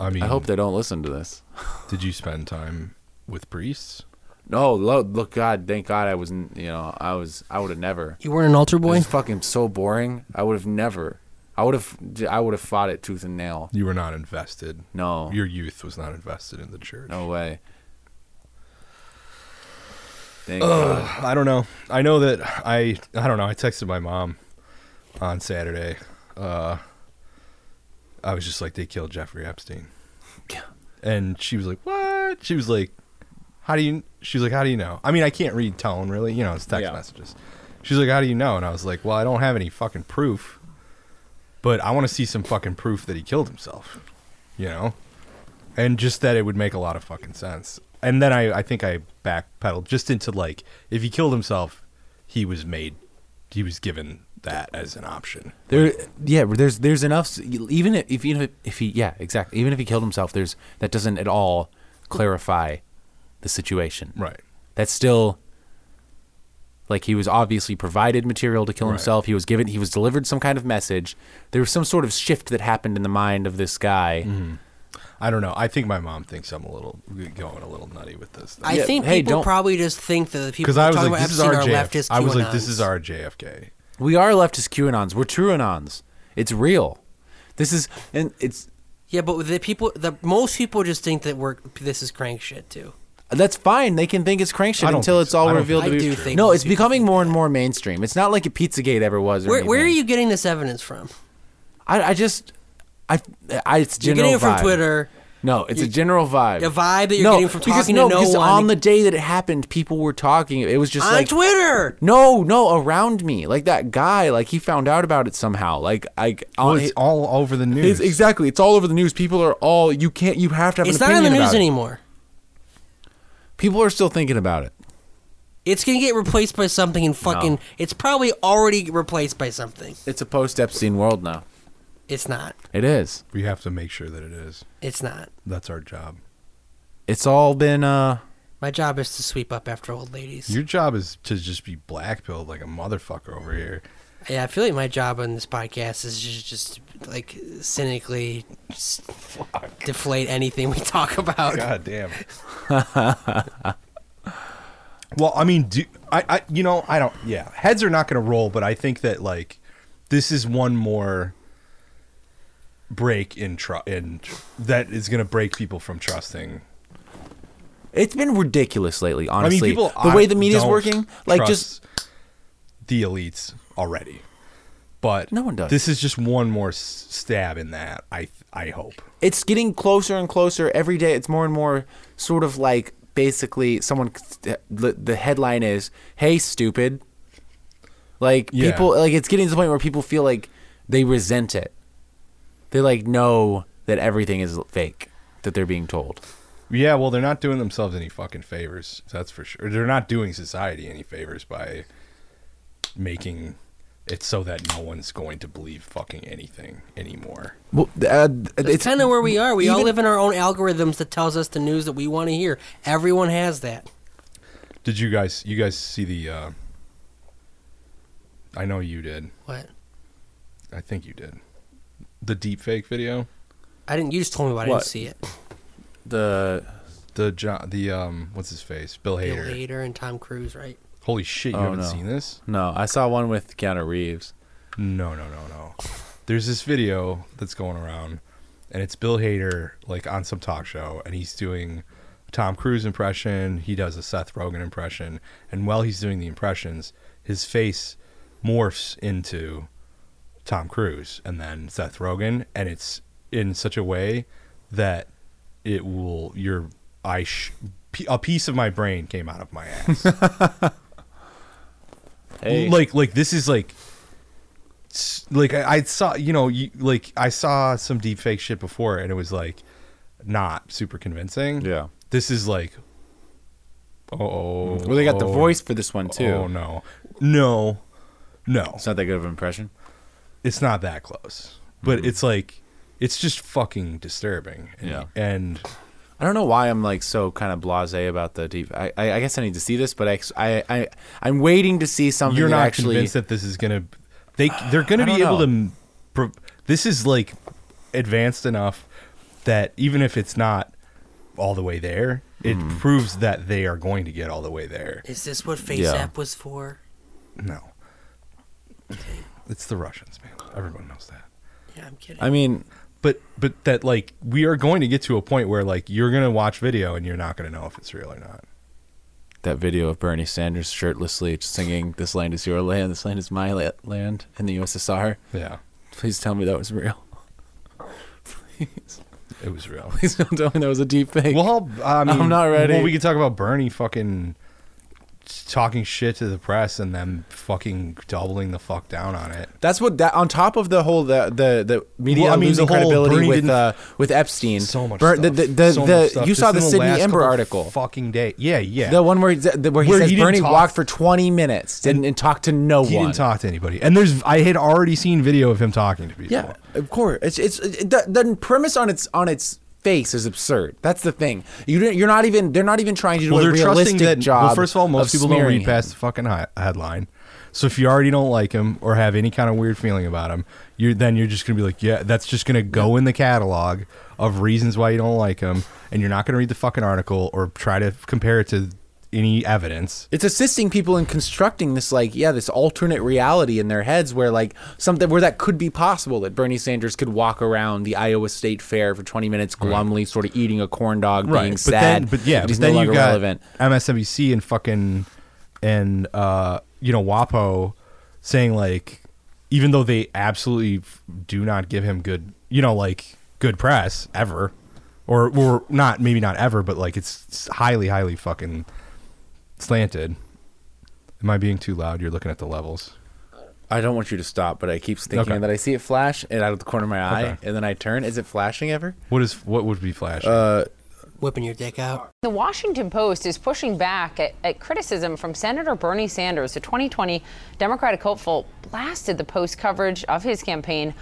[SPEAKER 2] I mean,
[SPEAKER 1] I hope they don't listen to this.
[SPEAKER 2] did you spend time with priests?
[SPEAKER 1] No, look, look, God, thank God, I wasn't. You know, I was. I would have never.
[SPEAKER 3] You weren't an altar
[SPEAKER 1] It
[SPEAKER 3] boy.
[SPEAKER 1] was fucking so boring. I would have never. I would have. I would have fought it tooth and nail.
[SPEAKER 2] You were not invested.
[SPEAKER 1] No,
[SPEAKER 2] Your youth was not invested in the church.
[SPEAKER 1] no way. Thank God.
[SPEAKER 2] Ugh, I don't know. I know that I I don't know. I texted my mom on Saturday. Uh, I was just like, they killed Jeffrey Epstein,
[SPEAKER 1] Yeah.
[SPEAKER 2] and she was like, what? She was like, how do you? She was like, how do you know? I mean, I can't read tone really. You know, it's text
[SPEAKER 1] Yeah.
[SPEAKER 2] messages. She's like, how do you know? And I was like, well, I don't have any fucking proof, but I want to see some fucking proof that he killed himself. You know and just that it would make a lot of fucking sense. And then I, I think I backpedaled just into like if he killed himself, he was made, he was given that as an option.
[SPEAKER 1] There, yeah, but there's there's enough. s- Even if if- even if, if he, yeah, exactly. Even if he killed himself, there's that doesn't at all clarify the situation.
[SPEAKER 2] Right.
[SPEAKER 1] That's still like he was obviously provided material to kill
[SPEAKER 2] Right.
[SPEAKER 1] himself. He was given, he was delivered some kind of message. There was some sort of shift that happened in the mind of this guy.
[SPEAKER 3] Mm-hmm.
[SPEAKER 2] I don't know. I think my mom thinks I'm a little going a little nutty with this.
[SPEAKER 3] I
[SPEAKER 1] Yeah,
[SPEAKER 3] think
[SPEAKER 1] hey,
[SPEAKER 3] people
[SPEAKER 1] don't-
[SPEAKER 3] probably just think that the people
[SPEAKER 2] Because
[SPEAKER 3] who
[SPEAKER 2] I was
[SPEAKER 3] talk
[SPEAKER 2] like,
[SPEAKER 3] about
[SPEAKER 2] this is
[SPEAKER 3] Epstein
[SPEAKER 2] our
[SPEAKER 3] are
[SPEAKER 2] JFK.
[SPEAKER 3] leftist.
[SPEAKER 2] I was like,
[SPEAKER 3] QAnons.
[SPEAKER 2] this is our JFK.
[SPEAKER 1] We are leftist QAnons. We're true anons. It's real. This is and it's
[SPEAKER 3] yeah, but the people, the most people just think that we're this is crank shit too.
[SPEAKER 1] That's fine. They can think it's crank shit
[SPEAKER 2] I don't
[SPEAKER 1] until
[SPEAKER 2] think
[SPEAKER 1] it's
[SPEAKER 2] so. I
[SPEAKER 1] all
[SPEAKER 2] don't
[SPEAKER 1] revealed to
[SPEAKER 3] think
[SPEAKER 1] be.
[SPEAKER 3] I do think
[SPEAKER 1] no,
[SPEAKER 3] most
[SPEAKER 1] it's
[SPEAKER 3] people
[SPEAKER 1] becoming more and more mainstream. It's not like a Pizzagate ever was. Or
[SPEAKER 3] Where, where are
[SPEAKER 1] anything.
[SPEAKER 3] you getting this evidence from?
[SPEAKER 1] I, I just, I, I it's
[SPEAKER 3] You're
[SPEAKER 1] general.
[SPEAKER 3] getting it from
[SPEAKER 1] vibe.
[SPEAKER 3] Twitter.
[SPEAKER 1] No, it's a general vibe.
[SPEAKER 3] a vibe that you're
[SPEAKER 1] no,
[SPEAKER 3] getting from
[SPEAKER 1] because,
[SPEAKER 3] talking
[SPEAKER 1] no,
[SPEAKER 3] to no
[SPEAKER 1] because
[SPEAKER 3] one.
[SPEAKER 1] on the day that it happened, people were talking. It was just
[SPEAKER 3] on
[SPEAKER 1] like
[SPEAKER 3] Twitter.
[SPEAKER 1] no, no, around me, like that guy, like he found out about it somehow. Like I,
[SPEAKER 2] Well,
[SPEAKER 1] on-
[SPEAKER 2] it's all over the news.
[SPEAKER 1] it's- exactly. It's all over the news. People are all you can't. You have to have
[SPEAKER 3] It's
[SPEAKER 1] an
[SPEAKER 3] not on
[SPEAKER 1] opinion
[SPEAKER 3] the news
[SPEAKER 1] about it.
[SPEAKER 3] anymore.
[SPEAKER 1] People are still thinking about it.
[SPEAKER 3] It's gonna get replaced by something and fucking. It's probably already replaced by something.
[SPEAKER 1] It's a post Epstein world now.
[SPEAKER 3] It's not.
[SPEAKER 1] It is.
[SPEAKER 2] We have to make sure that it is.
[SPEAKER 3] It's not.
[SPEAKER 2] That's our job.
[SPEAKER 1] It's all been uh.
[SPEAKER 3] My job is to sweep up after old ladies.
[SPEAKER 2] Your job is to just be blackpilled like a motherfucker over here.
[SPEAKER 3] yeah, I feel like my job on this podcast is just, just like cynically just deflate anything we talk about.
[SPEAKER 2] God damn. well, I mean, do I, I? You know, I don't. Yeah, heads are not going to roll, but I think that like this is one more break in trust, and that is going to break people from trusting.
[SPEAKER 1] It's been ridiculous lately, honestly.
[SPEAKER 2] I mean, people.
[SPEAKER 1] the way
[SPEAKER 2] I
[SPEAKER 1] the media's
[SPEAKER 2] don't
[SPEAKER 1] working, like just
[SPEAKER 2] trust the elites already, but
[SPEAKER 1] No one does.
[SPEAKER 2] This is just one more s- stab in that. I I hope.
[SPEAKER 1] it's getting closer and closer every day. It's more and more sort of like basically someone the, the headline is, "Hey, stupid." Like
[SPEAKER 2] Yeah.
[SPEAKER 1] people like it's getting to the point where people feel like they resent it. They like know that everything is fake that they're being told.
[SPEAKER 2] Yeah, well, they're not doing themselves any fucking favors. That's for sure. They're not doing society any favors by making it so that no one's going to believe fucking anything anymore.
[SPEAKER 1] Well, uh,
[SPEAKER 3] It's kind of where we are. We all
[SPEAKER 1] even-
[SPEAKER 3] live in our own algorithms that tells us the news that we want to hear. Everyone has that.
[SPEAKER 2] Did you guys? You guys see the? uh I know you did.
[SPEAKER 3] What?
[SPEAKER 2] I think you did. The deep fake video.
[SPEAKER 3] I didn't. You just told me about. it. I
[SPEAKER 1] What?
[SPEAKER 3] didn't see it.
[SPEAKER 1] the
[SPEAKER 2] The John. The um. What's his face? Bill
[SPEAKER 3] Bill
[SPEAKER 2] Hader.
[SPEAKER 3] Hader and Tom Cruise, right?
[SPEAKER 2] Holy shit! You
[SPEAKER 1] Oh,
[SPEAKER 2] haven't
[SPEAKER 1] no.
[SPEAKER 2] seen this?
[SPEAKER 1] no, I saw one with Keanu Reeves.
[SPEAKER 2] No, no, no, no. There's this video that's going around, and it's Bill Hader like on some talk show, and he's doing a Tom Cruise impression. He does a Seth Rogen impression, and while he's doing the impressions, his face morphs into Tom Cruise and then Seth Rogen, and it's in such a way that it will your I sh- p- a piece of my brain came out of my ass.
[SPEAKER 1] Hey.
[SPEAKER 2] like like this is like s- like I, I saw you know you, like I saw some deep fake shit before and it was like not super convincing.
[SPEAKER 1] Yeah. Mm-hmm.
[SPEAKER 2] This is like oh
[SPEAKER 1] Well, they got the
[SPEAKER 2] oh,
[SPEAKER 1] voice for this one too.
[SPEAKER 2] Oh no. No. No.
[SPEAKER 1] It's not that good of an impression.
[SPEAKER 2] It's not that close. But it's like it's just fucking disturbing. And,
[SPEAKER 1] Mm-hmm. Yeah.
[SPEAKER 2] And
[SPEAKER 1] I don't know why I'm like so kind of blasé about the deep. I, I, I guess I need to see this, but I, I, I I'm waiting to see something.
[SPEAKER 2] You're
[SPEAKER 1] that
[SPEAKER 2] not
[SPEAKER 1] actually,
[SPEAKER 2] convinced that this is gonna they they're gonna
[SPEAKER 1] I don't
[SPEAKER 2] be able
[SPEAKER 1] know.
[SPEAKER 2] to. m- Pro- this is like advanced enough that even if it's not all the way there, it
[SPEAKER 1] Hmm.
[SPEAKER 2] proves that they are going to get all the way there.
[SPEAKER 3] Is this what FaceApp
[SPEAKER 1] Yeah.
[SPEAKER 3] was for?
[SPEAKER 2] No, it's the Russians, man. Everyone knows that.
[SPEAKER 3] Yeah, I'm kidding.
[SPEAKER 1] I mean,
[SPEAKER 2] But but that like we are going to get to a point where like you're gonna watch video and you're not gonna know if it's real or not.
[SPEAKER 1] that video of Bernie Sanders shirtlessly singing "This land is your land, this land is my la- land" in the USSR.
[SPEAKER 2] Yeah,
[SPEAKER 1] Please tell me that was real.
[SPEAKER 2] it was real.
[SPEAKER 1] Please don't tell me that was a deep fake.
[SPEAKER 2] Well, I mean,
[SPEAKER 1] I'm not ready.
[SPEAKER 2] Well, we could talk about Bernie fucking talking shit to the press and them fucking doubling the fuck down on it.
[SPEAKER 1] That's what that on top of the whole the the, the media
[SPEAKER 2] Well, I mean,
[SPEAKER 1] losing
[SPEAKER 2] the whole
[SPEAKER 1] credibility
[SPEAKER 2] Bernie
[SPEAKER 1] with
[SPEAKER 2] didn't-
[SPEAKER 1] uh, with Epstein.
[SPEAKER 2] So much.
[SPEAKER 1] Bern-
[SPEAKER 2] stuff.
[SPEAKER 1] The, the, the,
[SPEAKER 2] So
[SPEAKER 1] the-
[SPEAKER 2] much stuff.
[SPEAKER 1] you saw
[SPEAKER 2] Just
[SPEAKER 1] the
[SPEAKER 2] in
[SPEAKER 1] Sydney
[SPEAKER 2] last
[SPEAKER 1] Ember
[SPEAKER 2] couple
[SPEAKER 1] article.
[SPEAKER 2] Fucking day. Yeah, yeah.
[SPEAKER 1] The one where he, the, where he
[SPEAKER 2] Where
[SPEAKER 1] says
[SPEAKER 2] he didn't
[SPEAKER 1] Bernie
[SPEAKER 2] talk-
[SPEAKER 1] walked for 20 minutes didn't, and talked to no
[SPEAKER 2] he
[SPEAKER 1] one.
[SPEAKER 2] didn't talk to anybody. And there's I had already seen video of him talking to people.
[SPEAKER 1] Yeah, of course. It's it's it, the, the premise on its on its face is absurd. That's the thing. You didn't, you're not even they're not even trying to do
[SPEAKER 2] Well,
[SPEAKER 1] a
[SPEAKER 2] they're trusting
[SPEAKER 1] realistic
[SPEAKER 2] that.
[SPEAKER 1] job.
[SPEAKER 2] well, first of all, most people don't
[SPEAKER 1] smearing
[SPEAKER 2] read
[SPEAKER 1] him.
[SPEAKER 2] past the fucking hi- headline. So if you already don't like him or have any kind of weird feeling about him, you're then you're just gonna be like, yeah, that's just gonna go in the catalog of reasons why you don't like him, and you're not gonna read the fucking article or try to compare it to any evidence.
[SPEAKER 1] It's assisting people in constructing this like yeah this alternate reality in their heads where like something where that could be possible that Bernie Sanders could walk around the Iowa State Fair for 20 minutes glumly sort of eating a corn dog being
[SPEAKER 2] But
[SPEAKER 1] sad
[SPEAKER 2] then, but yeah,
[SPEAKER 1] that
[SPEAKER 2] but
[SPEAKER 1] he's
[SPEAKER 2] then
[SPEAKER 1] no
[SPEAKER 2] you
[SPEAKER 1] longer
[SPEAKER 2] got
[SPEAKER 1] relevant.
[SPEAKER 2] MSNBC and fucking and uh, you know WAPO saying like, even though they absolutely f- do not give him good, you know, like good press ever, or or not maybe not ever, but like it's it's highly highly fucking slanted. Am I being too loud? You're looking at the levels.
[SPEAKER 1] I don't want you to stop but I keep thinking
[SPEAKER 2] Okay.
[SPEAKER 1] that I see it flash and out of the corner of my eye
[SPEAKER 2] Okay.
[SPEAKER 1] and then I turn is it flashing ever?
[SPEAKER 2] What is what would be flashing?
[SPEAKER 3] Whipping your dick out.
[SPEAKER 5] The Washington Post is pushing back at, at criticism from Senator Bernie Sanders. The 2020 Democratic hopeful blasted the Post coverage of his campaign,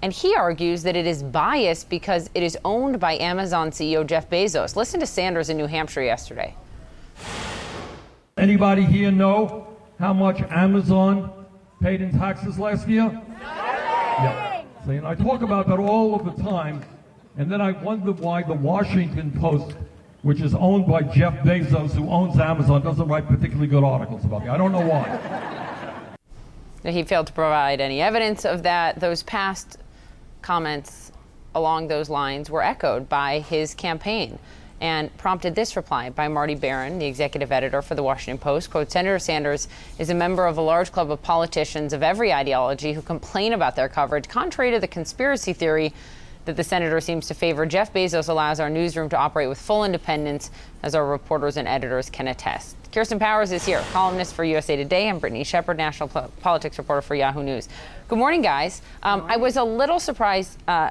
[SPEAKER 5] and he argues that it is biased because it is owned by Amazon CEO Jeff Bezos. Listen to Sanders in New Hampshire yesterday.
[SPEAKER 6] Anybody here know how much Amazon paid in taxes last year? Yeah. See, and I talk about that all of the time, and then I wonder why the Washington Post, which is owned by Jeff Bezos, who owns Amazon, doesn't write particularly good articles about me. I don't know why.
[SPEAKER 5] Now, He failed to provide any evidence of that. Those past comments along those lines were echoed by his campaign and prompted this reply by Marty Barron, the executive editor for the Washington Post. Quote, Senator Sanders is a member of a large club of politicians of every ideology who complain about their coverage, contrary to the conspiracy theory that the senator seems to favor. Jeff Bezos allows our newsroom to operate with full independence, as our reporters and editors can attest. Kirsten Powers is here, columnist for USA Today, and Brittany Shepard, national po- politics reporter for Yahoo News. Good morning, guys. Um, I was a little surprised, uh,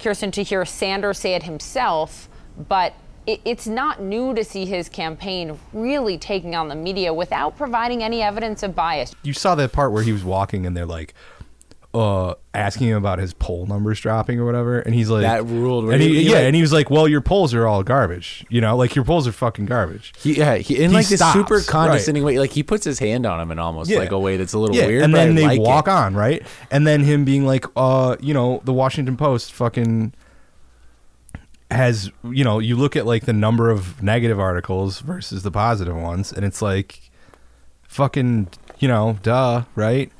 [SPEAKER 5] Kirsten, to hear Sanders say it himself, but it, it's not new to see his campaign really taking on the media without providing any evidence of bias.
[SPEAKER 2] you saw that part where he was walking and they're like uh asking him about his poll numbers dropping or whatever and he's like
[SPEAKER 1] That ruled,
[SPEAKER 2] and he,
[SPEAKER 1] right?
[SPEAKER 2] yeah
[SPEAKER 1] Like-
[SPEAKER 2] and he was like well your polls are all garbage you know like your polls are fucking garbage
[SPEAKER 1] He, yeah, he, in
[SPEAKER 2] He
[SPEAKER 1] like this
[SPEAKER 2] stops,
[SPEAKER 1] super
[SPEAKER 2] right.
[SPEAKER 1] condescending way, like he puts his hand on him in almost
[SPEAKER 2] Yeah.
[SPEAKER 1] like a way that's a little
[SPEAKER 2] yeah
[SPEAKER 1] weird.
[SPEAKER 2] and
[SPEAKER 1] but
[SPEAKER 2] then
[SPEAKER 1] I
[SPEAKER 2] they
[SPEAKER 1] like
[SPEAKER 2] walk
[SPEAKER 1] it.
[SPEAKER 2] on right and then him being like uh you know the washington post fucking has you know you look at like the number of negative articles versus the positive ones and it's like fucking you know duh right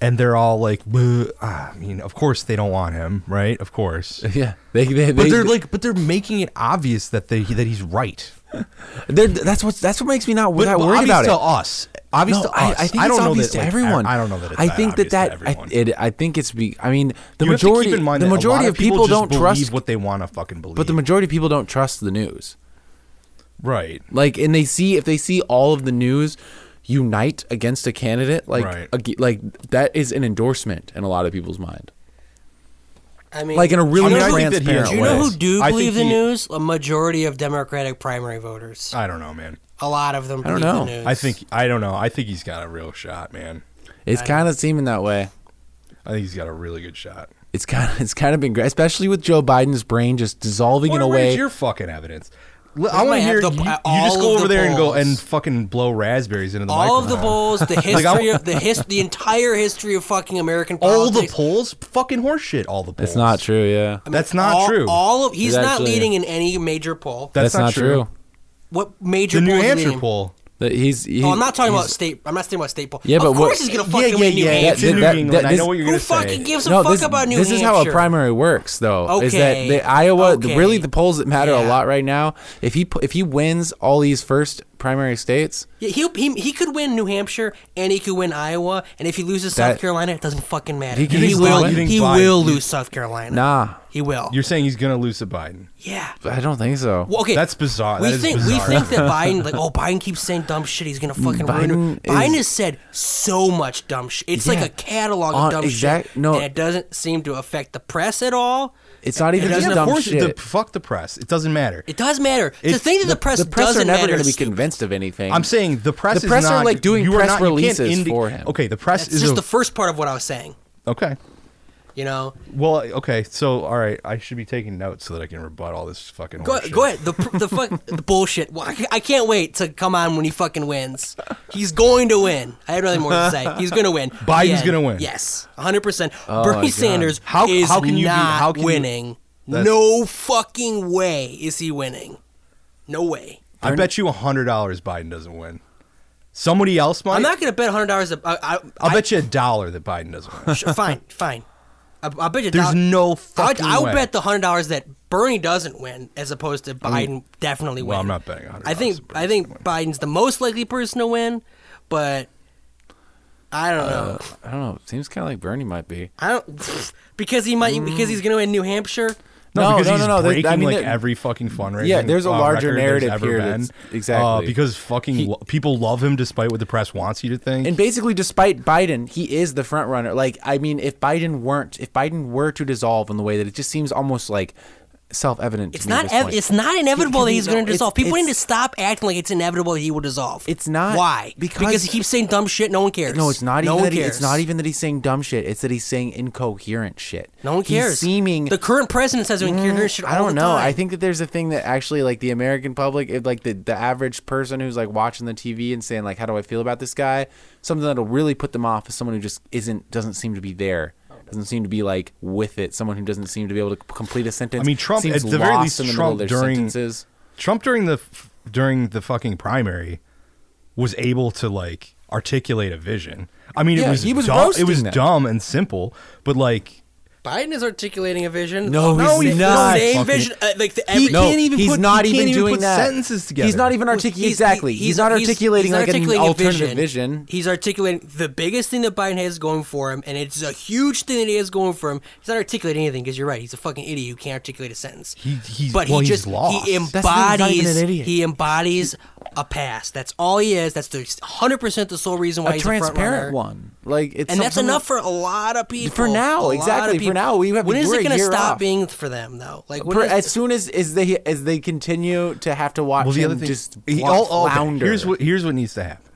[SPEAKER 2] and they're all like "Bleh." Ah, i mean of course they don't want him right of course
[SPEAKER 1] Yeah, they, they, they,
[SPEAKER 2] but they're like but they're making it obvious that they that he's right
[SPEAKER 1] they're- that's what that's what makes me not
[SPEAKER 2] but,
[SPEAKER 1] that
[SPEAKER 2] but
[SPEAKER 1] worried
[SPEAKER 2] obvious
[SPEAKER 1] about
[SPEAKER 2] to
[SPEAKER 1] it.
[SPEAKER 2] us obvious
[SPEAKER 1] No,
[SPEAKER 2] to us
[SPEAKER 1] I, I think
[SPEAKER 2] don't
[SPEAKER 1] it's
[SPEAKER 2] know
[SPEAKER 1] obvious
[SPEAKER 2] that,
[SPEAKER 1] to
[SPEAKER 2] like,
[SPEAKER 1] everyone.
[SPEAKER 2] I, I don't know that it's
[SPEAKER 1] I think
[SPEAKER 2] obvious
[SPEAKER 1] that
[SPEAKER 2] to
[SPEAKER 1] that I,
[SPEAKER 2] everyone.
[SPEAKER 1] it, I think it's be. I mean, the
[SPEAKER 2] You have to keep
[SPEAKER 1] majority
[SPEAKER 2] in mind
[SPEAKER 1] the
[SPEAKER 2] that a
[SPEAKER 1] majority
[SPEAKER 2] lot
[SPEAKER 1] of people,
[SPEAKER 2] just
[SPEAKER 1] don't trust.
[SPEAKER 2] believe what they want to fucking believe.
[SPEAKER 1] but the majority of people don't trust the news.
[SPEAKER 2] right,
[SPEAKER 1] Like, and they see if they see all of the news unite against a candidate, like
[SPEAKER 2] Right.
[SPEAKER 1] ag- like that is an endorsement in a lot of people's mind.
[SPEAKER 3] I mean,
[SPEAKER 1] Like in a really
[SPEAKER 3] do you know,
[SPEAKER 2] I
[SPEAKER 3] who-
[SPEAKER 2] think that he has
[SPEAKER 1] transparent
[SPEAKER 3] do you know
[SPEAKER 1] way.
[SPEAKER 3] who do
[SPEAKER 2] I
[SPEAKER 3] believe
[SPEAKER 2] think
[SPEAKER 3] the
[SPEAKER 2] he-
[SPEAKER 3] news? A majority of Democratic primary voters.
[SPEAKER 2] I don't know, man.
[SPEAKER 3] A lot of them.
[SPEAKER 1] I don't
[SPEAKER 3] believe
[SPEAKER 1] know.
[SPEAKER 3] The news.
[SPEAKER 2] I think I don't know. I think he's got a real shot, man.
[SPEAKER 1] It's kind of seeming that way.
[SPEAKER 2] I think he's got a really good shot.
[SPEAKER 1] It's kind of it's kind of been great, especially with Joe Biden's brain just dissolving in
[SPEAKER 2] Where's
[SPEAKER 1] a way.
[SPEAKER 2] your fucking evidence? L-
[SPEAKER 3] Where's
[SPEAKER 2] I want
[SPEAKER 3] my
[SPEAKER 2] to hear
[SPEAKER 3] ev-
[SPEAKER 2] you,
[SPEAKER 3] the- uh,
[SPEAKER 2] you just
[SPEAKER 3] all
[SPEAKER 2] go
[SPEAKER 3] of
[SPEAKER 2] over
[SPEAKER 3] the
[SPEAKER 2] there and go
[SPEAKER 3] polls.
[SPEAKER 2] and fucking blow raspberries into the
[SPEAKER 3] All of the
[SPEAKER 2] microphone.
[SPEAKER 3] polls, the
[SPEAKER 2] I
[SPEAKER 3] history
[SPEAKER 2] want-
[SPEAKER 3] of the his, the entire history of fucking American
[SPEAKER 2] all the
[SPEAKER 3] politics.
[SPEAKER 2] polls, fucking horseshit. All the polls.
[SPEAKER 1] It's not true, yeah.
[SPEAKER 2] That's not
[SPEAKER 3] all,
[SPEAKER 2] true.
[SPEAKER 3] All of he's
[SPEAKER 1] It's
[SPEAKER 3] not
[SPEAKER 1] actually-
[SPEAKER 3] leading in any major poll.
[SPEAKER 2] that's, not, true.
[SPEAKER 3] What major
[SPEAKER 2] The New
[SPEAKER 3] poll is he
[SPEAKER 2] Hampshire
[SPEAKER 3] leading?
[SPEAKER 2] poll.
[SPEAKER 1] That he's. He,
[SPEAKER 3] Oh, I'm not talking about
[SPEAKER 1] he's-
[SPEAKER 3] state. I'm not talking about state poll.
[SPEAKER 1] Yeah, but
[SPEAKER 3] of
[SPEAKER 1] what-
[SPEAKER 3] course he's gonna fucking win New
[SPEAKER 2] It's
[SPEAKER 3] Hampshire.
[SPEAKER 2] in
[SPEAKER 1] That-
[SPEAKER 2] New
[SPEAKER 1] that-
[SPEAKER 2] England. I
[SPEAKER 1] this-
[SPEAKER 2] know what you're
[SPEAKER 3] Who
[SPEAKER 2] gonna
[SPEAKER 3] fucking
[SPEAKER 2] say.
[SPEAKER 3] gives a
[SPEAKER 1] No,
[SPEAKER 3] fuck
[SPEAKER 1] this,
[SPEAKER 3] about New
[SPEAKER 1] this is
[SPEAKER 3] Hampshire?
[SPEAKER 1] how a primary works, though. Is that
[SPEAKER 3] Okay.
[SPEAKER 1] the Iowa?
[SPEAKER 3] Okay.
[SPEAKER 1] Really, the polls that matter a
[SPEAKER 3] Yeah.
[SPEAKER 1] lot right now. If he pu- if he wins all these first primary states,
[SPEAKER 3] Yeah, he, he he could win New Hampshire and he could win Iowa, and if he loses South
[SPEAKER 1] That-
[SPEAKER 3] Carolina, it doesn't fucking matter.
[SPEAKER 1] He
[SPEAKER 3] He,
[SPEAKER 1] can easily
[SPEAKER 3] will.
[SPEAKER 1] win. You
[SPEAKER 2] think
[SPEAKER 3] He
[SPEAKER 2] Biden-
[SPEAKER 3] will lose South Carolina.
[SPEAKER 1] nah,
[SPEAKER 3] he will.
[SPEAKER 2] You're saying he's gonna lose to Biden.
[SPEAKER 3] yeah.
[SPEAKER 1] I don't think so.
[SPEAKER 3] Well, okay.
[SPEAKER 2] That's bizarre.
[SPEAKER 3] we
[SPEAKER 2] That is
[SPEAKER 3] think
[SPEAKER 2] bizarre.
[SPEAKER 3] we think that Biden like oh Biden keeps saying dumb shit. He's gonna fucking ruin.
[SPEAKER 1] Biden
[SPEAKER 3] It. Biden
[SPEAKER 1] is-
[SPEAKER 3] has said so much dumb shit. It's
[SPEAKER 1] Yeah.
[SPEAKER 3] like a catalog
[SPEAKER 1] On-
[SPEAKER 3] of dumb
[SPEAKER 1] exact-
[SPEAKER 3] shit.
[SPEAKER 1] no.
[SPEAKER 3] and it doesn't seem to affect the press at all.
[SPEAKER 1] it's not even
[SPEAKER 3] doesn't
[SPEAKER 2] yeah,
[SPEAKER 1] just
[SPEAKER 3] have
[SPEAKER 1] dumb
[SPEAKER 2] of course,
[SPEAKER 1] shit.
[SPEAKER 2] The, fuck the press. It doesn't matter.
[SPEAKER 3] It does matter. the
[SPEAKER 2] It's-
[SPEAKER 3] thing that the, press
[SPEAKER 1] the press are
[SPEAKER 3] doesn't
[SPEAKER 1] never
[SPEAKER 3] matter
[SPEAKER 1] going to be
[SPEAKER 3] is stupid.
[SPEAKER 1] convinced of anything.
[SPEAKER 2] I'm saying the press.
[SPEAKER 1] The press
[SPEAKER 2] is
[SPEAKER 1] are,
[SPEAKER 2] not,
[SPEAKER 1] like, doing
[SPEAKER 2] you are
[SPEAKER 1] press
[SPEAKER 2] not- you can't
[SPEAKER 1] releases
[SPEAKER 2] indi-
[SPEAKER 1] for him.
[SPEAKER 2] Okay, the press
[SPEAKER 3] That's
[SPEAKER 2] is
[SPEAKER 3] just
[SPEAKER 2] a-
[SPEAKER 3] the first part of what I was saying.
[SPEAKER 2] okay.
[SPEAKER 3] You know,
[SPEAKER 2] Well, okay. So, all right, I should be taking notes so that I can rebut all this fucking.
[SPEAKER 3] go,
[SPEAKER 2] horseshit.
[SPEAKER 3] go ahead. The pr- the fuck the bullshit. Well, I, ca- I can't wait to come on when he fucking wins. He's going to win. I have nothing more to say. He's going to win.
[SPEAKER 2] Biden's
[SPEAKER 3] The end.
[SPEAKER 2] gonna win. Oh,
[SPEAKER 3] Yes, 100. percent
[SPEAKER 1] my
[SPEAKER 3] Bernie
[SPEAKER 1] God.
[SPEAKER 3] Sanders
[SPEAKER 2] How-
[SPEAKER 3] is
[SPEAKER 2] how can you be-
[SPEAKER 3] not
[SPEAKER 2] how can you-
[SPEAKER 3] winning.
[SPEAKER 2] That's-
[SPEAKER 3] no fucking way is he winning. No way.
[SPEAKER 2] I bet you hundred dollars Biden doesn't win. Somebody else might.
[SPEAKER 3] I'm not going to bet 100 dollars. I, I,
[SPEAKER 2] I'll bet you a dollar that Biden doesn't win.
[SPEAKER 3] Sure, fine, fine. I, I bet you.
[SPEAKER 2] There's
[SPEAKER 3] dol-
[SPEAKER 2] no
[SPEAKER 3] I,
[SPEAKER 2] fucking
[SPEAKER 3] I would
[SPEAKER 2] way.
[SPEAKER 3] bet the hundred dollars that Bernie doesn't win, as opposed to Biden definitely wins.
[SPEAKER 2] well, I'm not betting $100
[SPEAKER 3] I think
[SPEAKER 2] that Bernie's
[SPEAKER 3] I think Biden's the most likely person to win, but I don't know.
[SPEAKER 1] I don't know. It seems kind of like Bernie might be.
[SPEAKER 3] I don't because he might because he's going to win New Hampshire.
[SPEAKER 2] No,
[SPEAKER 1] No,
[SPEAKER 2] because
[SPEAKER 1] no,
[SPEAKER 2] he's
[SPEAKER 1] no, no, there- I
[SPEAKER 2] breaking
[SPEAKER 1] mean,
[SPEAKER 2] like
[SPEAKER 1] there-
[SPEAKER 2] every fucking fundraiser.
[SPEAKER 1] Yeah, there's a larger narrative here that's- exactly.
[SPEAKER 2] uh, because fucking lo- people love him despite what the press wants you to think.
[SPEAKER 1] And basically, despite Biden, he is the front runner. Like, I mean, if Biden weren't, if Biden were to dissolve in the way that it just seems almost like self-evident.
[SPEAKER 3] It's
[SPEAKER 1] to me at
[SPEAKER 3] not
[SPEAKER 1] this
[SPEAKER 3] ev-
[SPEAKER 1] point.
[SPEAKER 3] it's not inevitable
[SPEAKER 1] He-
[SPEAKER 3] that
[SPEAKER 1] he-
[SPEAKER 3] he's going
[SPEAKER 1] no,
[SPEAKER 3] to dissolve.
[SPEAKER 1] it's-
[SPEAKER 3] People need to
[SPEAKER 1] it's-
[SPEAKER 3] stop acting like it's inevitable that he will dissolve.
[SPEAKER 1] It's not,
[SPEAKER 3] Why?
[SPEAKER 1] because-
[SPEAKER 3] he keeps saying dumb shit. No one cares.
[SPEAKER 1] No, it's not
[SPEAKER 3] No
[SPEAKER 1] even.
[SPEAKER 3] one
[SPEAKER 1] That he,
[SPEAKER 3] cares.
[SPEAKER 1] it's not even that he's saying dumb shit. It's that he's saying incoherent shit.
[SPEAKER 3] No one cares.
[SPEAKER 1] He's seeming.
[SPEAKER 3] the current president says doing mm, shit. All
[SPEAKER 1] I don't
[SPEAKER 3] the
[SPEAKER 1] know.
[SPEAKER 3] Time.
[SPEAKER 1] I think that there's a thing that actually, like, the American public, it, like the the average person who's like watching the TV and saying like, "How do I feel about this guy?" Something that'll really put them off is someone who just isn't doesn't seem to be there. Doesn't seem to be like with it. Someone who doesn't seem to be able to c- complete a sentence.
[SPEAKER 2] I mean, Trump
[SPEAKER 1] seems
[SPEAKER 2] at the very
[SPEAKER 1] lost
[SPEAKER 2] least,
[SPEAKER 1] in the middle
[SPEAKER 2] Trump
[SPEAKER 1] of their
[SPEAKER 2] during
[SPEAKER 1] sentences.
[SPEAKER 2] Trump during the f- during the fucking primary was able to like articulate a vision. I mean, it
[SPEAKER 1] Yeah,
[SPEAKER 2] was
[SPEAKER 1] he was
[SPEAKER 2] dumb, it
[SPEAKER 1] roasting
[SPEAKER 2] was
[SPEAKER 1] them.
[SPEAKER 2] dumb and simple, but like
[SPEAKER 3] Biden is articulating a vision.
[SPEAKER 1] No,
[SPEAKER 2] No,
[SPEAKER 1] he's
[SPEAKER 2] he's
[SPEAKER 1] not.
[SPEAKER 3] The same
[SPEAKER 2] fucking-
[SPEAKER 3] vision. uh, like the,
[SPEAKER 2] He
[SPEAKER 3] every,
[SPEAKER 1] no,
[SPEAKER 2] can't even
[SPEAKER 1] he's
[SPEAKER 2] put-
[SPEAKER 1] not
[SPEAKER 2] he
[SPEAKER 1] even
[SPEAKER 2] can't even
[SPEAKER 1] doing
[SPEAKER 2] put
[SPEAKER 1] that.
[SPEAKER 2] sentences
[SPEAKER 1] He's
[SPEAKER 2] together.
[SPEAKER 1] not even
[SPEAKER 3] He's-
[SPEAKER 1] articulating
[SPEAKER 3] he's-
[SPEAKER 1] exactly. He's, not articulating
[SPEAKER 3] he's not
[SPEAKER 1] like
[SPEAKER 3] articulating
[SPEAKER 1] an
[SPEAKER 3] a
[SPEAKER 1] alternative vision.
[SPEAKER 3] He's articulating the biggest thing that Biden has going for him, and it's a huge thing that he has going for him. He's not articulating anything because you're right. He's a fucking idiot who can't articulate a sentence.
[SPEAKER 2] He- he's-
[SPEAKER 3] but
[SPEAKER 2] well,
[SPEAKER 3] he
[SPEAKER 2] he's
[SPEAKER 3] just
[SPEAKER 2] lost.
[SPEAKER 3] he
[SPEAKER 2] That's
[SPEAKER 1] the thing, he's not even
[SPEAKER 3] embodies
[SPEAKER 1] an idiot.
[SPEAKER 3] he embodies a past. That's all he is. That's the 100 percent the sole reason why
[SPEAKER 1] a
[SPEAKER 3] he's
[SPEAKER 1] transparent
[SPEAKER 3] a front runner.
[SPEAKER 1] one. Like it's
[SPEAKER 3] And that's
[SPEAKER 1] something-
[SPEAKER 3] enough for a lot of people.
[SPEAKER 1] For now,
[SPEAKER 3] A lot of
[SPEAKER 1] exactly, for
[SPEAKER 3] people.
[SPEAKER 1] now, we have-
[SPEAKER 3] When is
[SPEAKER 1] we're
[SPEAKER 3] it
[SPEAKER 1] a
[SPEAKER 3] going to
[SPEAKER 1] year
[SPEAKER 3] stop
[SPEAKER 1] off.
[SPEAKER 3] being for them though? Like when
[SPEAKER 1] Per-
[SPEAKER 3] is-
[SPEAKER 1] as soon as as they as they continue to have to watch
[SPEAKER 2] well, the
[SPEAKER 1] him
[SPEAKER 2] other thing
[SPEAKER 1] just
[SPEAKER 2] he-
[SPEAKER 1] wa-
[SPEAKER 2] all- all- okay,
[SPEAKER 1] flounder.
[SPEAKER 2] Here's what here's what needs to happen.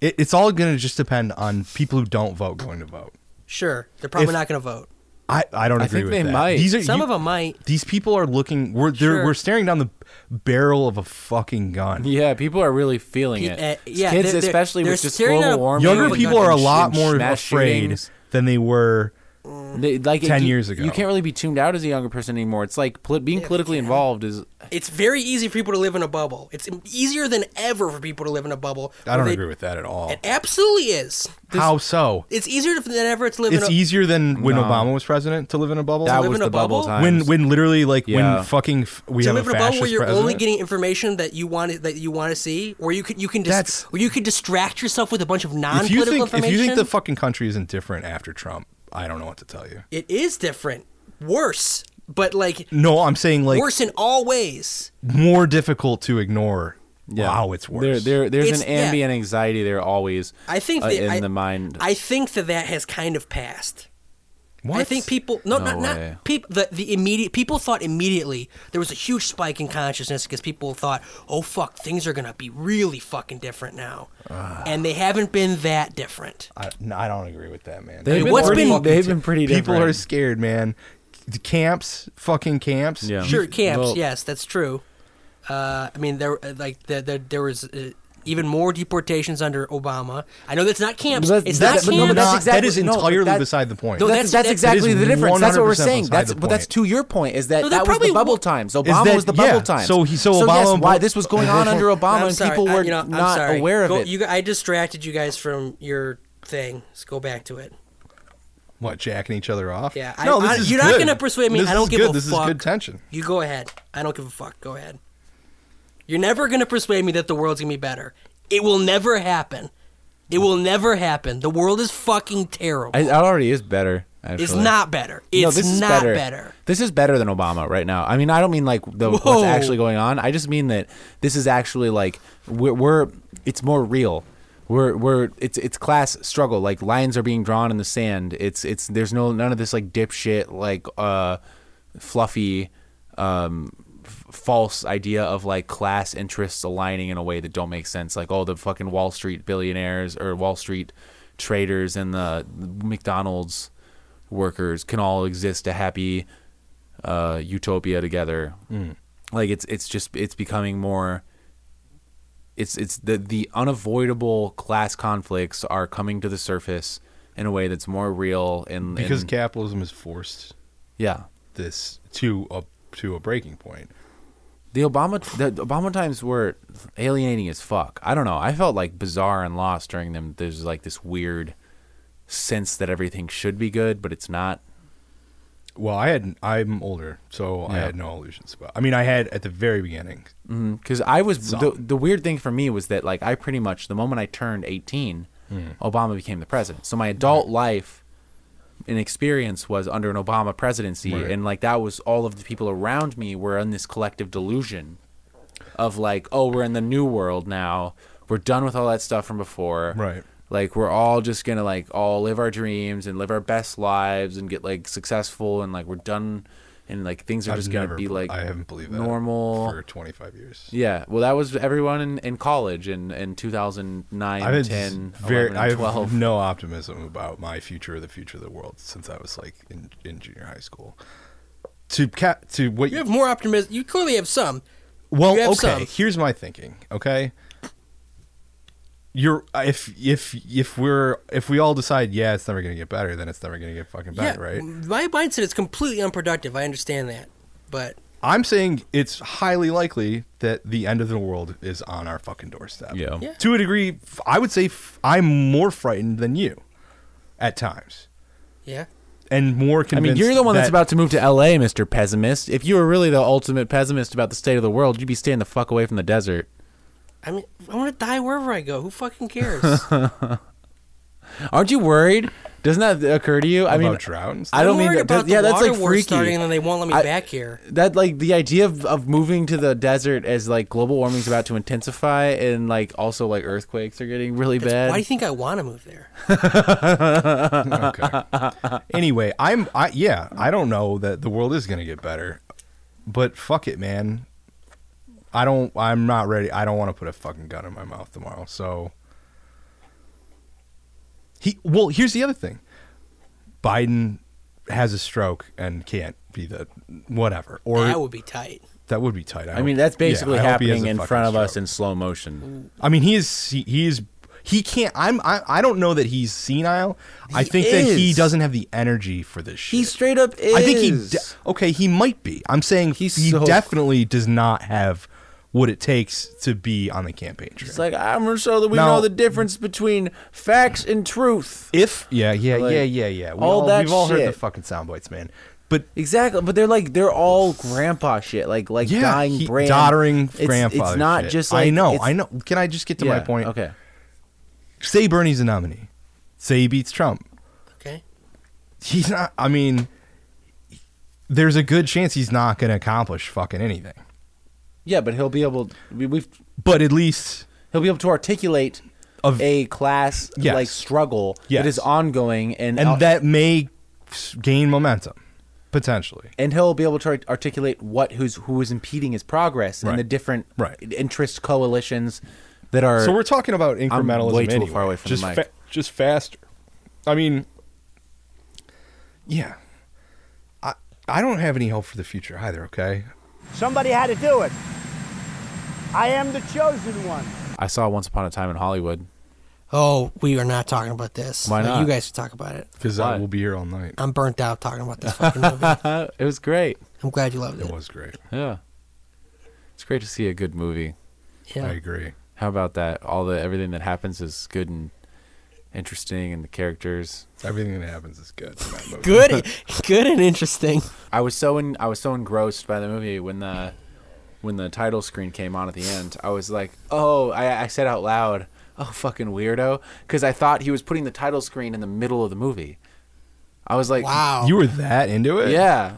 [SPEAKER 2] It, it's all going to just depend on people who don't vote going to vote.
[SPEAKER 3] sure they're probably
[SPEAKER 2] If-
[SPEAKER 3] not going to vote.
[SPEAKER 2] I, I don't
[SPEAKER 1] I
[SPEAKER 2] agree
[SPEAKER 1] think
[SPEAKER 2] with
[SPEAKER 1] they
[SPEAKER 2] that.
[SPEAKER 1] might.
[SPEAKER 2] These are,
[SPEAKER 3] Some
[SPEAKER 2] you-
[SPEAKER 3] of them might.
[SPEAKER 2] These people are looking. We're they're,
[SPEAKER 3] Sure.
[SPEAKER 2] we're staring down the barrel of a fucking gun.
[SPEAKER 1] yeah, people are really feeling
[SPEAKER 3] Pe-
[SPEAKER 1] it.
[SPEAKER 3] uh, yeah,
[SPEAKER 1] kids
[SPEAKER 3] they're- they're-
[SPEAKER 1] especially
[SPEAKER 3] they're
[SPEAKER 1] with just
[SPEAKER 3] staring at
[SPEAKER 1] global
[SPEAKER 3] a-
[SPEAKER 1] warming.
[SPEAKER 2] Younger
[SPEAKER 1] and
[SPEAKER 2] people are a
[SPEAKER 1] fucking
[SPEAKER 2] lot
[SPEAKER 1] sh-
[SPEAKER 2] more
[SPEAKER 1] mass
[SPEAKER 2] afraid
[SPEAKER 1] shootings.
[SPEAKER 2] than they were.
[SPEAKER 1] They- like it-
[SPEAKER 2] 10
[SPEAKER 1] you-
[SPEAKER 2] years ago.
[SPEAKER 1] You can't really be tuned out as a younger person anymore. It's like poli- being politically involved is
[SPEAKER 3] It's very easy for people to live in a bubble. It's easier than ever for people to live in a bubble.
[SPEAKER 2] I don't
[SPEAKER 3] They-
[SPEAKER 2] agree with that at all.
[SPEAKER 3] It absolutely is.
[SPEAKER 2] How so?
[SPEAKER 3] It's easier than ever to live
[SPEAKER 2] It's
[SPEAKER 3] in a
[SPEAKER 2] easier than when Obama was president to live in a bubble.
[SPEAKER 1] that
[SPEAKER 3] live
[SPEAKER 1] was
[SPEAKER 3] in a
[SPEAKER 1] the bubble
[SPEAKER 3] bubble?
[SPEAKER 1] time.
[SPEAKER 2] when when literally like
[SPEAKER 1] Yeah.
[SPEAKER 2] when fucking f- we
[SPEAKER 3] to
[SPEAKER 2] have
[SPEAKER 3] live
[SPEAKER 2] a
[SPEAKER 3] in a bubble
[SPEAKER 2] fascist
[SPEAKER 3] where you're only
[SPEAKER 2] president.
[SPEAKER 3] getting information that you want that you want to see, or you could you can
[SPEAKER 2] That's-
[SPEAKER 3] dis- or you could distract yourself with a bunch of
[SPEAKER 2] if you
[SPEAKER 3] non-political
[SPEAKER 2] think if
[SPEAKER 3] information.
[SPEAKER 2] you think the fucking country isn't different after Trump, I don't know what to tell you.
[SPEAKER 3] it is different, worse, but like
[SPEAKER 2] No, I'm saying like
[SPEAKER 3] worse in all ways.
[SPEAKER 2] more difficult to ignore. Wow, it's worse.
[SPEAKER 1] There, there, there's
[SPEAKER 3] It's-
[SPEAKER 1] an
[SPEAKER 3] yeah.
[SPEAKER 1] ambient anxiety there always.
[SPEAKER 3] I think
[SPEAKER 1] uh,
[SPEAKER 3] that
[SPEAKER 1] in
[SPEAKER 3] I-
[SPEAKER 1] the mind.
[SPEAKER 3] I think that that has kind of passed.
[SPEAKER 2] What?
[SPEAKER 3] I think people no,
[SPEAKER 1] No
[SPEAKER 3] not,
[SPEAKER 1] way.
[SPEAKER 3] not people the, the immediate people thought immediately there was a huge spike in consciousness because people thought oh fuck things are gonna be really fucking different now
[SPEAKER 1] Ah.
[SPEAKER 3] and they haven't been that different
[SPEAKER 2] I, no, I don't agree with that, man.
[SPEAKER 1] They've
[SPEAKER 3] mean, been what's pretty- been-
[SPEAKER 1] they've been pretty
[SPEAKER 2] People
[SPEAKER 1] different.
[SPEAKER 2] are scared, man. The camps, fucking camps.
[SPEAKER 1] Yeah.
[SPEAKER 3] sure camps
[SPEAKER 1] Um, Well-
[SPEAKER 3] yes that's true uh, I mean there uh, like there there, there was uh, even more deportations under Obama I know that's not camps
[SPEAKER 1] But
[SPEAKER 3] it's
[SPEAKER 1] that's-
[SPEAKER 3] not
[SPEAKER 1] but no,
[SPEAKER 3] camps
[SPEAKER 1] but that's exactly-
[SPEAKER 2] that is
[SPEAKER 1] no, but
[SPEAKER 2] entirely
[SPEAKER 1] that-
[SPEAKER 2] beside the point.
[SPEAKER 3] No,
[SPEAKER 1] That's,
[SPEAKER 3] that's-
[SPEAKER 1] that's
[SPEAKER 3] that-
[SPEAKER 1] exactly
[SPEAKER 2] that is
[SPEAKER 1] the difference. That's what we're
[SPEAKER 2] 100%
[SPEAKER 1] saying.
[SPEAKER 2] beside
[SPEAKER 1] That's
[SPEAKER 2] the
[SPEAKER 1] but that's to
[SPEAKER 2] point.
[SPEAKER 1] your point is that
[SPEAKER 3] No, that
[SPEAKER 1] that was
[SPEAKER 3] probably
[SPEAKER 1] the bubble
[SPEAKER 3] wa-
[SPEAKER 1] times. Obama
[SPEAKER 2] that-
[SPEAKER 1] was the bubble
[SPEAKER 2] yeah,
[SPEAKER 1] times.
[SPEAKER 2] so he- so
[SPEAKER 1] yes,
[SPEAKER 2] Obama
[SPEAKER 1] why
[SPEAKER 2] bo-
[SPEAKER 1] this was going on under Obama
[SPEAKER 3] I'm
[SPEAKER 1] and
[SPEAKER 3] sorry.
[SPEAKER 1] people
[SPEAKER 3] I-
[SPEAKER 1] were
[SPEAKER 3] you know, I'm
[SPEAKER 1] not
[SPEAKER 3] sorry.
[SPEAKER 1] aware of
[SPEAKER 3] Go-
[SPEAKER 1] it.
[SPEAKER 3] You, I distracted you guys from your thing. Let's go back to it.
[SPEAKER 2] What, jacking each other off?
[SPEAKER 3] Yeah, I-
[SPEAKER 2] No,
[SPEAKER 3] I-
[SPEAKER 2] this is
[SPEAKER 3] you're not
[SPEAKER 2] good.
[SPEAKER 3] gonna persuade me.
[SPEAKER 2] This
[SPEAKER 3] I don't
[SPEAKER 2] is
[SPEAKER 3] give
[SPEAKER 2] good.
[SPEAKER 3] a
[SPEAKER 2] This
[SPEAKER 3] fuck.
[SPEAKER 2] is good tension.
[SPEAKER 3] You go ahead. I don't give a fuck. Go ahead. You're never gonna persuade me that the world's gonna be better. It will never happen. It will never happen. The world is fucking terrible.
[SPEAKER 1] It already is better. Actually.
[SPEAKER 3] it's not better. It's
[SPEAKER 1] no, this is
[SPEAKER 3] not
[SPEAKER 1] better.
[SPEAKER 3] better.
[SPEAKER 1] This is better than Obama right now. I mean, I don't mean like the,
[SPEAKER 3] Whoa.
[SPEAKER 1] what's actually going on. I just mean that this is actually like we're, we're it's more real. We're we're it's it's class struggle. Like lines are being drawn in the sand. It's it's there's no none of this like dipshit like uh fluffy um f- false idea of like class interests aligning in a way that don't make sense like all the fucking wall street billionaires or wall street traders and the mcdonald's workers can all exist a happy uh, utopia together. Like it's it's just it's becoming more. It's it's the the unavoidable class conflicts are coming to the surface in a way that's more real and
[SPEAKER 2] Because
[SPEAKER 1] and-
[SPEAKER 2] capitalism has forced
[SPEAKER 1] yeah.
[SPEAKER 2] this to a to a breaking point.
[SPEAKER 1] The Obama the Obama times were alienating as fuck. I don't know. I felt like bizarre and lost during them. There's like this weird sense that everything should be good, but it's not.
[SPEAKER 2] Well, I had I'm older, so I
[SPEAKER 1] Yeah.
[SPEAKER 2] had no illusions about. I mean, I had at the very beginning.
[SPEAKER 1] because I was the,
[SPEAKER 2] Some.
[SPEAKER 1] the weird thing for me was that like I pretty much the moment I turned 18,
[SPEAKER 2] Mm.
[SPEAKER 1] Obama became the president. So my adult life and experience was under an Obama presidency,
[SPEAKER 2] Right.
[SPEAKER 1] and like that was all of the people around me were in this collective delusion of like, oh, we're in the new world now. We're done with all that stuff from before.
[SPEAKER 2] Right.
[SPEAKER 1] Like we're all just gonna like all live our dreams and live our best lives and get like successful and like we're done and like things are
[SPEAKER 2] I've
[SPEAKER 1] just gonna
[SPEAKER 2] never be-
[SPEAKER 1] be like
[SPEAKER 2] I haven't believed that
[SPEAKER 1] normal
[SPEAKER 2] for 25 years.
[SPEAKER 1] yeah, well, that was everyone in, in college in, in 2009,
[SPEAKER 2] I've had
[SPEAKER 1] 10,
[SPEAKER 2] very,
[SPEAKER 1] 11,
[SPEAKER 2] I
[SPEAKER 1] and
[SPEAKER 2] have
[SPEAKER 1] 12.
[SPEAKER 2] no optimism about my future or the future of the world since I was like in, in junior high school. To cat to what
[SPEAKER 3] You have more optimism. You clearly have some.
[SPEAKER 2] well,
[SPEAKER 3] you have
[SPEAKER 2] okay.
[SPEAKER 3] some.
[SPEAKER 2] Here's my thinking. Okay, you're if if if we're if we all decide yeah, it's never gonna get better, then it's never gonna get fucking better, right?
[SPEAKER 3] My mindset is completely unproductive. I understand that, but
[SPEAKER 2] I'm saying it's highly likely that the end of the world is on our fucking doorstep.
[SPEAKER 1] Yeah. Yeah.
[SPEAKER 2] To a degree, f- I would say f- I'm more frightened than you at times.
[SPEAKER 3] yeah.
[SPEAKER 2] and more
[SPEAKER 1] I mean,
[SPEAKER 2] convinced.
[SPEAKER 1] you're the one that's
[SPEAKER 2] that-
[SPEAKER 1] about to move to LA, Mr. Pessimist. If you were really the ultimate pessimist about the state of the world, you'd be staying the fuck away from the desert.
[SPEAKER 3] I mean, I want to die wherever I go. Who fucking cares?
[SPEAKER 1] Aren't you worried? Doesn't that occur to you? I
[SPEAKER 2] about
[SPEAKER 1] mean,
[SPEAKER 2] drought and
[SPEAKER 1] I
[SPEAKER 2] stuff.
[SPEAKER 1] don't
[SPEAKER 3] I'm
[SPEAKER 1] mean
[SPEAKER 3] worried
[SPEAKER 1] that-
[SPEAKER 3] about
[SPEAKER 1] that- yeah,
[SPEAKER 3] the
[SPEAKER 1] that's,
[SPEAKER 3] water
[SPEAKER 1] like,
[SPEAKER 3] war
[SPEAKER 1] freaky.
[SPEAKER 3] starting, and then they won't let me
[SPEAKER 1] I-
[SPEAKER 3] back here.
[SPEAKER 1] that like the idea of, of moving to the desert as like global warming's about to intensify and like also like earthquakes are getting really
[SPEAKER 3] That's-
[SPEAKER 1] bad.
[SPEAKER 3] Why do you think I want to move there?
[SPEAKER 2] okay. anyway, I'm. I yeah. I don't know that the world is gonna get better, but fuck it, man. I don't. I'm not ready. I don't want to put a fucking gun in my mouth tomorrow. So. He well. Here's the other thing. Biden has a stroke and can't be the whatever. Or
[SPEAKER 3] that would be tight.
[SPEAKER 2] that would be tight. I,
[SPEAKER 1] I
[SPEAKER 2] hope-
[SPEAKER 1] mean, that's
[SPEAKER 2] yeah,
[SPEAKER 1] basically
[SPEAKER 2] I hope he has
[SPEAKER 1] happening
[SPEAKER 2] a
[SPEAKER 1] in
[SPEAKER 2] fucking
[SPEAKER 1] front of us
[SPEAKER 2] stroke.
[SPEAKER 1] in slow motion.
[SPEAKER 2] I mean, he is he, he is he can't. I'm I, I don't know that he's senile. I think that he
[SPEAKER 1] is.
[SPEAKER 2] doesn't have the energy for this shit.
[SPEAKER 1] He straight up is.
[SPEAKER 2] I think he de- okay. He might be. I'm saying
[SPEAKER 1] He's
[SPEAKER 2] he
[SPEAKER 1] so-
[SPEAKER 2] definitely does not have what it takes to be on the campaign trail.
[SPEAKER 1] It's like "Ah, I'm gonna show that we
[SPEAKER 2] Now-
[SPEAKER 1] know the difference between facts and truth.
[SPEAKER 2] if yeah yeah
[SPEAKER 1] Like,
[SPEAKER 2] yeah yeah yeah we
[SPEAKER 1] all that
[SPEAKER 2] we've all heard the
[SPEAKER 1] shit.
[SPEAKER 2] fucking sound bites, man. But
[SPEAKER 1] Exactly, but they're like they're all grandpa shit, like like
[SPEAKER 2] yeah,
[SPEAKER 1] dying
[SPEAKER 2] he,
[SPEAKER 1] brand,
[SPEAKER 2] doddering
[SPEAKER 1] It's-
[SPEAKER 2] grandfather.
[SPEAKER 1] It's not
[SPEAKER 2] shit.
[SPEAKER 1] just like
[SPEAKER 2] I know.
[SPEAKER 1] it's-
[SPEAKER 2] I know. Can I just get to my
[SPEAKER 1] yeah,
[SPEAKER 2] point?
[SPEAKER 1] Okay,
[SPEAKER 2] Say Bernie's a nominee. Say he beats Trump.
[SPEAKER 3] Okay.
[SPEAKER 2] he's not i mean there's a good chance he's not going to accomplish fucking anything
[SPEAKER 1] yeah, but he'll be able. We, we've
[SPEAKER 2] but at least
[SPEAKER 1] he'll be able to articulate
[SPEAKER 2] Of-
[SPEAKER 1] a class
[SPEAKER 2] Yes.
[SPEAKER 1] like struggle
[SPEAKER 2] Yes.
[SPEAKER 1] that is ongoing and uh,
[SPEAKER 2] and
[SPEAKER 1] out-
[SPEAKER 2] that may s- gain momentum potentially.
[SPEAKER 7] and he'll be able to art- articulate what who's who is impeding his progress
[SPEAKER 2] Right.
[SPEAKER 7] and the different
[SPEAKER 2] Right.
[SPEAKER 7] interest coalitions that are.
[SPEAKER 2] So we're talking about incrementalism.
[SPEAKER 7] way too
[SPEAKER 2] anyway.
[SPEAKER 7] far away from the
[SPEAKER 2] just
[SPEAKER 7] mic.
[SPEAKER 2] just faster. I mean, yeah. I I don't have any hope for the future either. Okay,
[SPEAKER 4] Somebody had to do it. I am the chosen one.
[SPEAKER 1] I saw Once Upon a Time in Hollywood.
[SPEAKER 3] Oh, we are not talking about this.
[SPEAKER 1] Why
[SPEAKER 3] No,
[SPEAKER 1] not?
[SPEAKER 3] You guys should talk about it.
[SPEAKER 2] because
[SPEAKER 1] Why?
[SPEAKER 2] I will be here all night.
[SPEAKER 3] I'm burnt out talking about this fucking movie.
[SPEAKER 1] Uh, it was great.
[SPEAKER 3] I'm glad you loved
[SPEAKER 2] It
[SPEAKER 3] it.
[SPEAKER 2] was great.
[SPEAKER 1] Yeah, it's great to see a good movie.
[SPEAKER 2] I
[SPEAKER 3] Yeah.
[SPEAKER 2] agree.
[SPEAKER 1] How about that? All the everything that happens is good and interesting, and the characters.
[SPEAKER 2] Everything that happens is good. in that movie.
[SPEAKER 3] Good, good, and interesting.
[SPEAKER 1] I was so in, I was so engrossed by the movie when the when the title screen came on at the end. I was like, oh, I, I said out loud, oh fucking weirdo, because I thought he was putting the title screen in the middle of the movie. I was like,
[SPEAKER 3] Wow.
[SPEAKER 2] You were that into it?
[SPEAKER 1] yeah.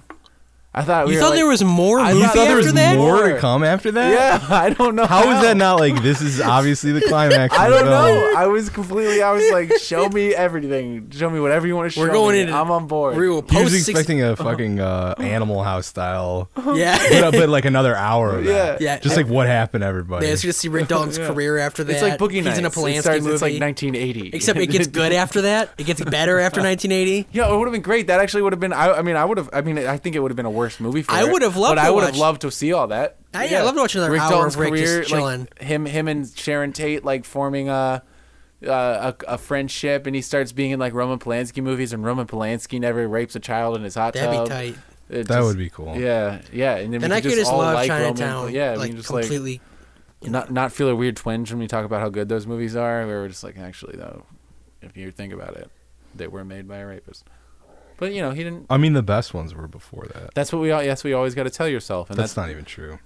[SPEAKER 1] I thought we
[SPEAKER 3] You
[SPEAKER 1] were
[SPEAKER 3] thought
[SPEAKER 1] like-
[SPEAKER 3] there was more
[SPEAKER 1] I
[SPEAKER 3] movie
[SPEAKER 2] You thought there was
[SPEAKER 3] after that?
[SPEAKER 2] more to come after that?
[SPEAKER 1] Yeah, I don't know.
[SPEAKER 2] How is that not like this is obviously the climax? of
[SPEAKER 1] I
[SPEAKER 2] the
[SPEAKER 1] don't
[SPEAKER 2] film?
[SPEAKER 1] know. I was completely. I was like, show me everything. Show me whatever you want to show
[SPEAKER 3] We're going
[SPEAKER 1] me.
[SPEAKER 3] into.
[SPEAKER 1] I'm on board.
[SPEAKER 3] We were
[SPEAKER 2] He
[SPEAKER 3] post
[SPEAKER 2] was expecting a
[SPEAKER 1] uh-huh.
[SPEAKER 2] fucking uh, Animal House style,
[SPEAKER 1] Oh.
[SPEAKER 2] but,
[SPEAKER 3] Yeah.
[SPEAKER 2] uh, but like another hour of that.
[SPEAKER 3] Yeah. Yeah.
[SPEAKER 2] Just like what happened, everybody.
[SPEAKER 3] Yeah, it's gonna see Rick Dalton's career after that.
[SPEAKER 1] It's like Boogie
[SPEAKER 3] He's
[SPEAKER 1] Nights.
[SPEAKER 3] in a Polanski
[SPEAKER 1] it starts,
[SPEAKER 3] movie.
[SPEAKER 1] It's like 1980.
[SPEAKER 3] Except it gets good after that. It gets better after 1980.
[SPEAKER 1] Yeah, it would have been great. That actually would have been. I, I mean, I would have. I mean, I think it would have been a worse movie for.
[SPEAKER 3] I
[SPEAKER 1] it,
[SPEAKER 3] would have loved
[SPEAKER 1] But I
[SPEAKER 3] to
[SPEAKER 1] would have
[SPEAKER 3] watch-
[SPEAKER 1] loved to see all that.
[SPEAKER 3] I- yeah, I'd love to watch another
[SPEAKER 1] Rick
[SPEAKER 3] hour
[SPEAKER 1] Dalton's
[SPEAKER 3] of Rick just
[SPEAKER 1] career,
[SPEAKER 3] chilling.
[SPEAKER 1] Like, him, him, and Sharon Tate like forming a. Uh, a, a friendship, and he starts being in like Roman Polanski movies, and Roman Polanski never rapes a child in his hot
[SPEAKER 3] That'd be
[SPEAKER 1] tub.
[SPEAKER 3] tight.
[SPEAKER 1] It
[SPEAKER 2] That
[SPEAKER 1] just-
[SPEAKER 2] would be cool.
[SPEAKER 1] Yeah, yeah, and then,
[SPEAKER 3] Then
[SPEAKER 1] we
[SPEAKER 3] I
[SPEAKER 1] could
[SPEAKER 3] could just
[SPEAKER 1] all
[SPEAKER 3] love
[SPEAKER 1] like Roman-
[SPEAKER 3] Chinatown.
[SPEAKER 1] yeah, we
[SPEAKER 3] like
[SPEAKER 1] can just like
[SPEAKER 3] completely.
[SPEAKER 1] not not feel a weird twinge when we talk about how good those movies are. We were just like, actually, though, if you think about it, they were made by a rapist. But you know, he didn't.
[SPEAKER 2] I mean, the best ones were before that.
[SPEAKER 1] That's what we. all That's what you always got to tell yourself, and
[SPEAKER 2] That's
[SPEAKER 1] that's,
[SPEAKER 2] not even true.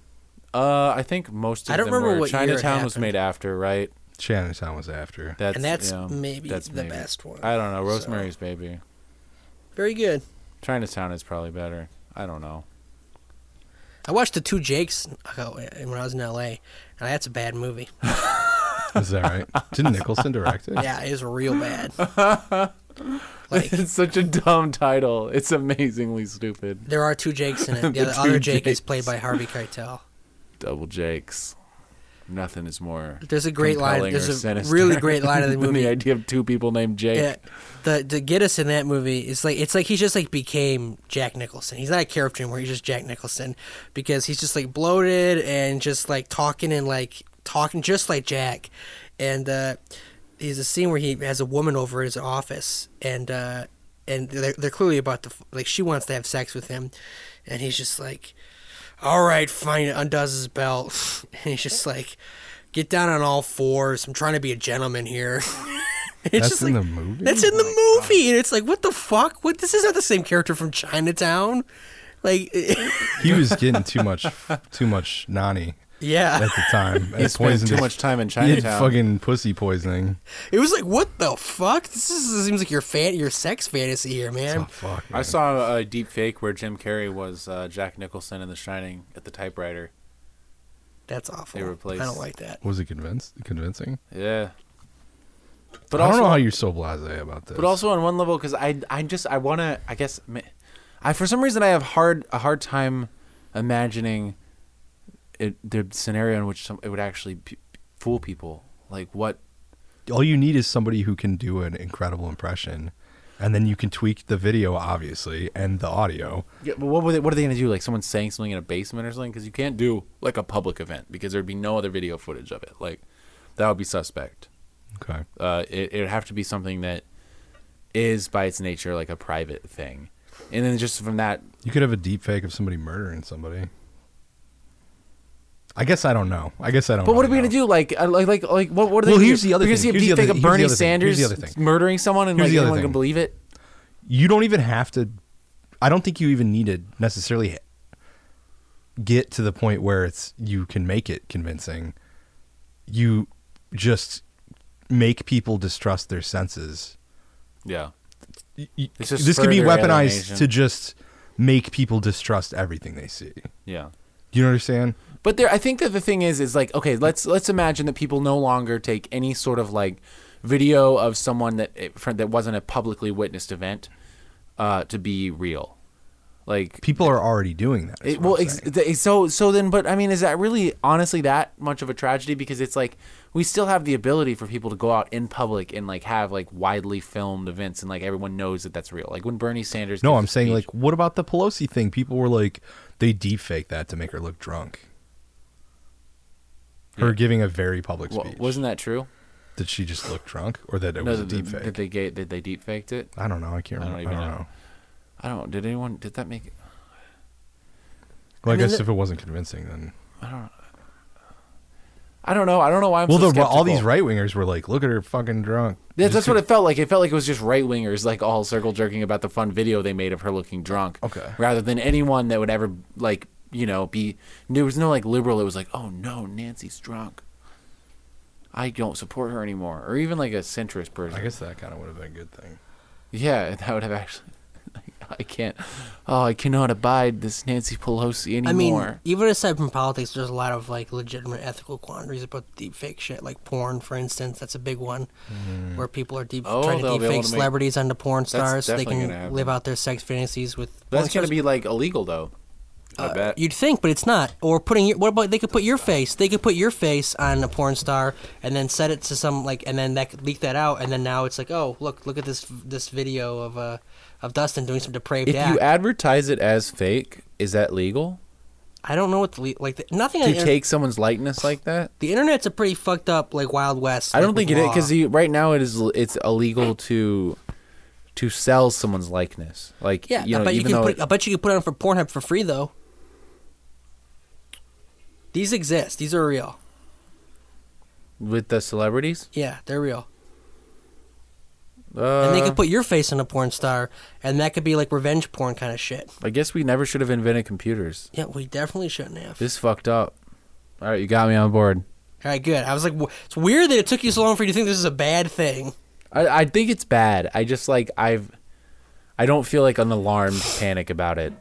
[SPEAKER 1] Uh, I think most of
[SPEAKER 3] I don't
[SPEAKER 1] them
[SPEAKER 3] remember
[SPEAKER 1] were.
[SPEAKER 3] what year it
[SPEAKER 1] Chinatown was
[SPEAKER 3] happened.
[SPEAKER 1] made after, right?
[SPEAKER 2] Chinatown was after.
[SPEAKER 1] That's
[SPEAKER 3] And that's
[SPEAKER 1] you know,
[SPEAKER 3] maybe
[SPEAKER 1] that's
[SPEAKER 3] the
[SPEAKER 1] maybe.
[SPEAKER 3] best one.
[SPEAKER 1] I don't know. Rosemary's Baby.
[SPEAKER 3] Very good.
[SPEAKER 1] Chinatown is probably better. I don't know.
[SPEAKER 3] I watched the Two Jakes uh, when I was in L.A. and that's a bad movie.
[SPEAKER 2] Is that right? Did Nicholson direct it?
[SPEAKER 3] Yeah, it was real bad. like
[SPEAKER 1] It's such a dumb title. It's amazingly stupid.
[SPEAKER 3] there are two Jakes in it. The,
[SPEAKER 1] The
[SPEAKER 3] other- other
[SPEAKER 1] two
[SPEAKER 3] Jake
[SPEAKER 1] Jakes.
[SPEAKER 3] is played by Harvey Keitel.
[SPEAKER 1] Double Jakes. Nothing is more.
[SPEAKER 3] There's a great line-
[SPEAKER 1] compelling
[SPEAKER 3] there's
[SPEAKER 1] or
[SPEAKER 3] a
[SPEAKER 1] sinister
[SPEAKER 3] really great line in the
[SPEAKER 1] than
[SPEAKER 3] movie.
[SPEAKER 1] The idea of two people named Jake.
[SPEAKER 3] Yeah, the to get us in that movie is like it's like he just like became Jack Nicholson. He's not a character anymore. He's just Jack Nicholson because he's just like bloated and just like talking and like talking just like Jack. And uh, there's a scene where he has a woman over at his office and uh, and they're they're clearly about to f- like she wants to have sex with him, and he's just like, all right, fine. Undoes his belt and he's just like. Get down on all fours. I'm trying to be a gentleman here. it's
[SPEAKER 2] That's
[SPEAKER 3] just
[SPEAKER 2] in
[SPEAKER 3] like,
[SPEAKER 2] the movie. Oh
[SPEAKER 3] that's in the movie, and it's like, what the fuck? What? This is not the same character from Chinatown. Like,
[SPEAKER 2] he was getting too much, too much nani
[SPEAKER 3] yeah,
[SPEAKER 2] at the time.
[SPEAKER 1] He spent too much time in
[SPEAKER 2] He had
[SPEAKER 1] Chinatown.
[SPEAKER 2] fucking pussy poisoning.
[SPEAKER 3] it was like, what the fuck? This is this seems like your fan, your sex fantasy here,
[SPEAKER 2] Oh,
[SPEAKER 3] man.
[SPEAKER 2] fuck.
[SPEAKER 1] I
[SPEAKER 2] man.
[SPEAKER 1] saw a deep fake where Jim Carrey was uh, Jack Nicholson in The Shining at the typewriter.
[SPEAKER 3] That's awful.
[SPEAKER 1] They replaced-
[SPEAKER 3] I don't like that.
[SPEAKER 2] Was it convinced? Convincing?
[SPEAKER 1] Yeah.
[SPEAKER 2] But I don't know how you're so blasé about this.
[SPEAKER 1] But also on one level, because I, I just, I want to, I guess, ma- I for some reason I have hard a hard time imagining it, the scenario in which some, it would actually p- fool people. Like what?
[SPEAKER 2] all you need is somebody who can do an incredible impression and then you can tweak the video obviously and the audio
[SPEAKER 1] Yeah, but what were they, what are they gonna do? Like someone saying something in a basement or something? Because you can't do like a public event because there'd be no other video footage of it. Like that would be suspect.
[SPEAKER 2] okay
[SPEAKER 1] uh, it, it'd have to be something that is by its nature like a private thing and then just from that
[SPEAKER 2] you could have a deep fake of somebody murdering somebody i guess i don't know i guess i don't
[SPEAKER 1] but what are
[SPEAKER 2] really
[SPEAKER 1] we gonna
[SPEAKER 2] know.
[SPEAKER 1] do like uh, like like like what, what are they
[SPEAKER 2] Well,
[SPEAKER 1] gonna
[SPEAKER 2] here's
[SPEAKER 1] do?
[SPEAKER 2] the other
[SPEAKER 1] We're
[SPEAKER 2] thing.
[SPEAKER 1] gonna
[SPEAKER 2] Here's
[SPEAKER 1] see
[SPEAKER 2] the
[SPEAKER 1] a deep
[SPEAKER 2] other
[SPEAKER 1] fake
[SPEAKER 2] thing.
[SPEAKER 1] of
[SPEAKER 2] Here's the
[SPEAKER 1] bernie
[SPEAKER 2] other thing. Here's
[SPEAKER 1] sanders
[SPEAKER 2] the other thing.
[SPEAKER 1] murdering someone and
[SPEAKER 2] Here's
[SPEAKER 1] like
[SPEAKER 2] the other
[SPEAKER 1] anyone
[SPEAKER 2] thing.
[SPEAKER 1] can believe it
[SPEAKER 2] you don't even have to i don't think you even need to necessarily get to the point where it's you can make it convincing you just make people distrust their senses
[SPEAKER 1] yeah
[SPEAKER 2] y- y-
[SPEAKER 1] It's just
[SPEAKER 2] this could be
[SPEAKER 1] further
[SPEAKER 2] weaponized
[SPEAKER 1] alienation.
[SPEAKER 2] to just make people distrust everything they see.
[SPEAKER 1] yeah
[SPEAKER 2] Do you understand?
[SPEAKER 1] But there, I think that the thing is, is like, okay, let's let's imagine that people no longer take any eh, sort of like video of someone that it- from- that wasn't a publicly witnessed event uh, to be real. Like
[SPEAKER 2] People are already doing that. is
[SPEAKER 1] it,
[SPEAKER 2] what
[SPEAKER 1] well,
[SPEAKER 2] I'm
[SPEAKER 1] ex-
[SPEAKER 2] saying.
[SPEAKER 1] th- so so then, but I mean, is that really honestly that much of a tragedy? Because it's like we still have the ability for people to go out in public and like have like widely filmed events, and like everyone knows that that's real. Like when Bernie Sanders.
[SPEAKER 2] no,
[SPEAKER 1] gives
[SPEAKER 2] I'm
[SPEAKER 1] a
[SPEAKER 2] saying
[SPEAKER 1] speech-
[SPEAKER 2] like, what about the Pelosi thing? People were like, they deep faked that to make her look drunk. Her giving a very public
[SPEAKER 1] Wa-
[SPEAKER 2] speech.
[SPEAKER 1] wasn't that true?
[SPEAKER 2] Did she just look drunk, or that it
[SPEAKER 1] No,
[SPEAKER 2] was a
[SPEAKER 1] that,
[SPEAKER 2] deep
[SPEAKER 1] that- that
[SPEAKER 2] fake?
[SPEAKER 1] they ga- did they deep faked it?
[SPEAKER 2] I don't know. I can't
[SPEAKER 1] I don't
[SPEAKER 2] remember. I
[SPEAKER 1] even
[SPEAKER 2] don't
[SPEAKER 1] know.
[SPEAKER 2] know.
[SPEAKER 1] I don't. Did anyone? Did that make? it?
[SPEAKER 2] Well, I,
[SPEAKER 3] mean,
[SPEAKER 2] guess
[SPEAKER 3] the-
[SPEAKER 2] if it wasn't convincing, then
[SPEAKER 1] I don't know. I don't know why. I'm
[SPEAKER 2] well,
[SPEAKER 1] so
[SPEAKER 2] the, all these
[SPEAKER 1] skeptical.
[SPEAKER 2] right wingers were like, "Look at her fucking drunk."
[SPEAKER 1] That's,
[SPEAKER 2] Just
[SPEAKER 1] that's what it felt like. It felt like it was just right wingers, like all circle jerking about the fun video they made of her looking drunk.
[SPEAKER 2] Okay.
[SPEAKER 1] Rather than anyone that would ever like, you know, be there was no like liberal. It was like, oh no, Nancy's drunk. I don't support her anymore, or even like a centrist person.
[SPEAKER 2] I guess that kind of would have been a good thing.
[SPEAKER 1] Yeah, that would have actually. Like, I can't. Oh, I cannot abide this Nancy Pelosi
[SPEAKER 3] I mean,
[SPEAKER 1] anymore.
[SPEAKER 3] even aside from politics, there's a lot of like legitimate ethical quandaries about deep fake shit, like porn, for instance. That's a big one,
[SPEAKER 2] Mm.
[SPEAKER 3] where people are deep
[SPEAKER 1] Oh,
[SPEAKER 3] trying to
[SPEAKER 1] they'll be
[SPEAKER 3] deep
[SPEAKER 1] able
[SPEAKER 3] fake
[SPEAKER 1] to make-
[SPEAKER 3] celebrities onto porn stars so they
[SPEAKER 1] definitely gonna
[SPEAKER 3] can
[SPEAKER 1] happen.
[SPEAKER 3] live out their sex fantasies with.
[SPEAKER 1] that's
[SPEAKER 3] porn
[SPEAKER 1] gonna be like illegal though. I
[SPEAKER 3] stars.
[SPEAKER 1] bet.
[SPEAKER 3] You'd think, but it's not. Or putting your what about they could put your face? They could put your face on a porn star and then set it to some like, and then that could leak that out, and then now it's like, oh look, look at this this video of uh of Dustin doing some depraved
[SPEAKER 7] If
[SPEAKER 3] act.
[SPEAKER 7] you advertise it as fake, is that legal?
[SPEAKER 3] I don't know what the, le- like the, nothing. on
[SPEAKER 7] To
[SPEAKER 3] the inter-
[SPEAKER 7] take someone's likeness like that?
[SPEAKER 3] the internet's a pretty fucked up like wild west.
[SPEAKER 7] I
[SPEAKER 3] like,
[SPEAKER 7] don't think
[SPEAKER 3] with
[SPEAKER 7] it
[SPEAKER 3] law.
[SPEAKER 7] because right now it is it's illegal to to sell someone's likeness. Like
[SPEAKER 3] Yeah,
[SPEAKER 7] you know,
[SPEAKER 3] I bet you
[SPEAKER 7] even
[SPEAKER 3] can
[SPEAKER 7] though
[SPEAKER 3] put.
[SPEAKER 7] it-
[SPEAKER 3] I bet you can put it on for Pornhub for free though. These exist. These are real.
[SPEAKER 7] with the celebrities,
[SPEAKER 3] Yeah, they're real.
[SPEAKER 7] uh,
[SPEAKER 3] And they could put your face on a porn star, and that could be like revenge porn kind of shit.
[SPEAKER 7] I guess we never should have invented computers.
[SPEAKER 3] Yeah, we definitely shouldn't have.
[SPEAKER 7] This fucked up. All right, you got me on board.
[SPEAKER 3] All right, good. I was like, w- it's weird that it took you so long for you to think this is a bad thing.
[SPEAKER 7] I, I think it's bad. I just like I've I don't feel like an alarmed panic about it.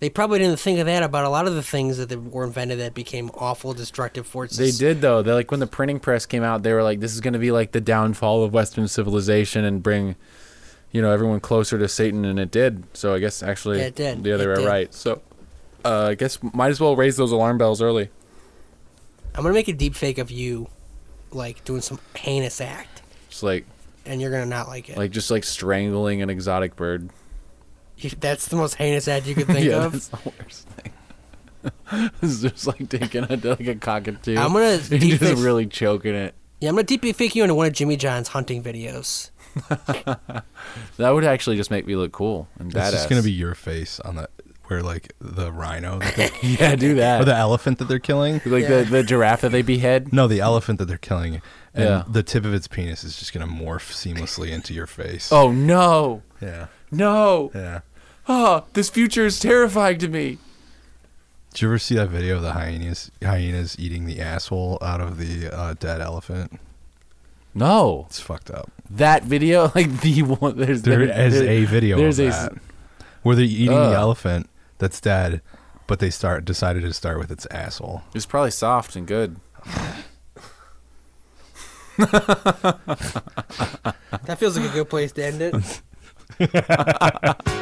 [SPEAKER 3] They probably didn't think of that about a lot of the things that they were invented that became awful, destructive forces.
[SPEAKER 7] They did though. They like when the printing press came out, they were like, "This is going to be like the downfall of Western civilization and bring, you know, everyone closer to Satan." And it did. So I guess actually,
[SPEAKER 3] Yeah, it did.
[SPEAKER 7] Yeah, they
[SPEAKER 3] It
[SPEAKER 7] were
[SPEAKER 3] did.
[SPEAKER 7] right. So uh, I guess might as well raise those alarm bells early.
[SPEAKER 3] I'm gonna make a deep fake of you, like doing some heinous act,
[SPEAKER 7] Just like
[SPEAKER 3] and you're gonna not like it.
[SPEAKER 7] like just like strangling an exotic bird.
[SPEAKER 3] You- That's the most heinous ad you could think
[SPEAKER 7] yeah,
[SPEAKER 3] of.
[SPEAKER 7] that's the worst thing. it's just like taking a like a cockatoo.
[SPEAKER 3] I'm gonna
[SPEAKER 7] and
[SPEAKER 3] deep
[SPEAKER 7] just
[SPEAKER 3] fake-
[SPEAKER 7] really choking it.
[SPEAKER 3] Yeah, I'm gonna deep fake you into one of Jimmy John's hunting videos.
[SPEAKER 1] That would actually just make me look cool and
[SPEAKER 2] It's
[SPEAKER 1] badass.
[SPEAKER 2] just gonna be your face on the where like the rhino that they're,
[SPEAKER 1] yeah, do that.
[SPEAKER 2] or the elephant that they're killing.
[SPEAKER 1] like the, the giraffe that they behead.
[SPEAKER 2] No, the elephant that they're killing, and
[SPEAKER 1] Yeah.
[SPEAKER 2] the tip of its penis is just gonna morph seamlessly into your face.
[SPEAKER 1] Oh no,
[SPEAKER 2] yeah,
[SPEAKER 1] no!
[SPEAKER 2] yeah.
[SPEAKER 1] Oh, this future is terrifying to me.
[SPEAKER 2] Did you ever see that video of the hyenas hyenas eating the asshole out of the uh, dead elephant?
[SPEAKER 1] No,
[SPEAKER 2] It's fucked up.
[SPEAKER 1] that video, like the one. There's
[SPEAKER 2] There
[SPEAKER 1] there-
[SPEAKER 2] is
[SPEAKER 1] there-
[SPEAKER 2] a video
[SPEAKER 1] there's
[SPEAKER 2] of
[SPEAKER 1] a-
[SPEAKER 2] that where they're eating
[SPEAKER 1] Ugh.
[SPEAKER 2] the elephant that's dead, but they start decided to start with its asshole.
[SPEAKER 1] It's probably soft and good.
[SPEAKER 3] That feels like a good place to end it.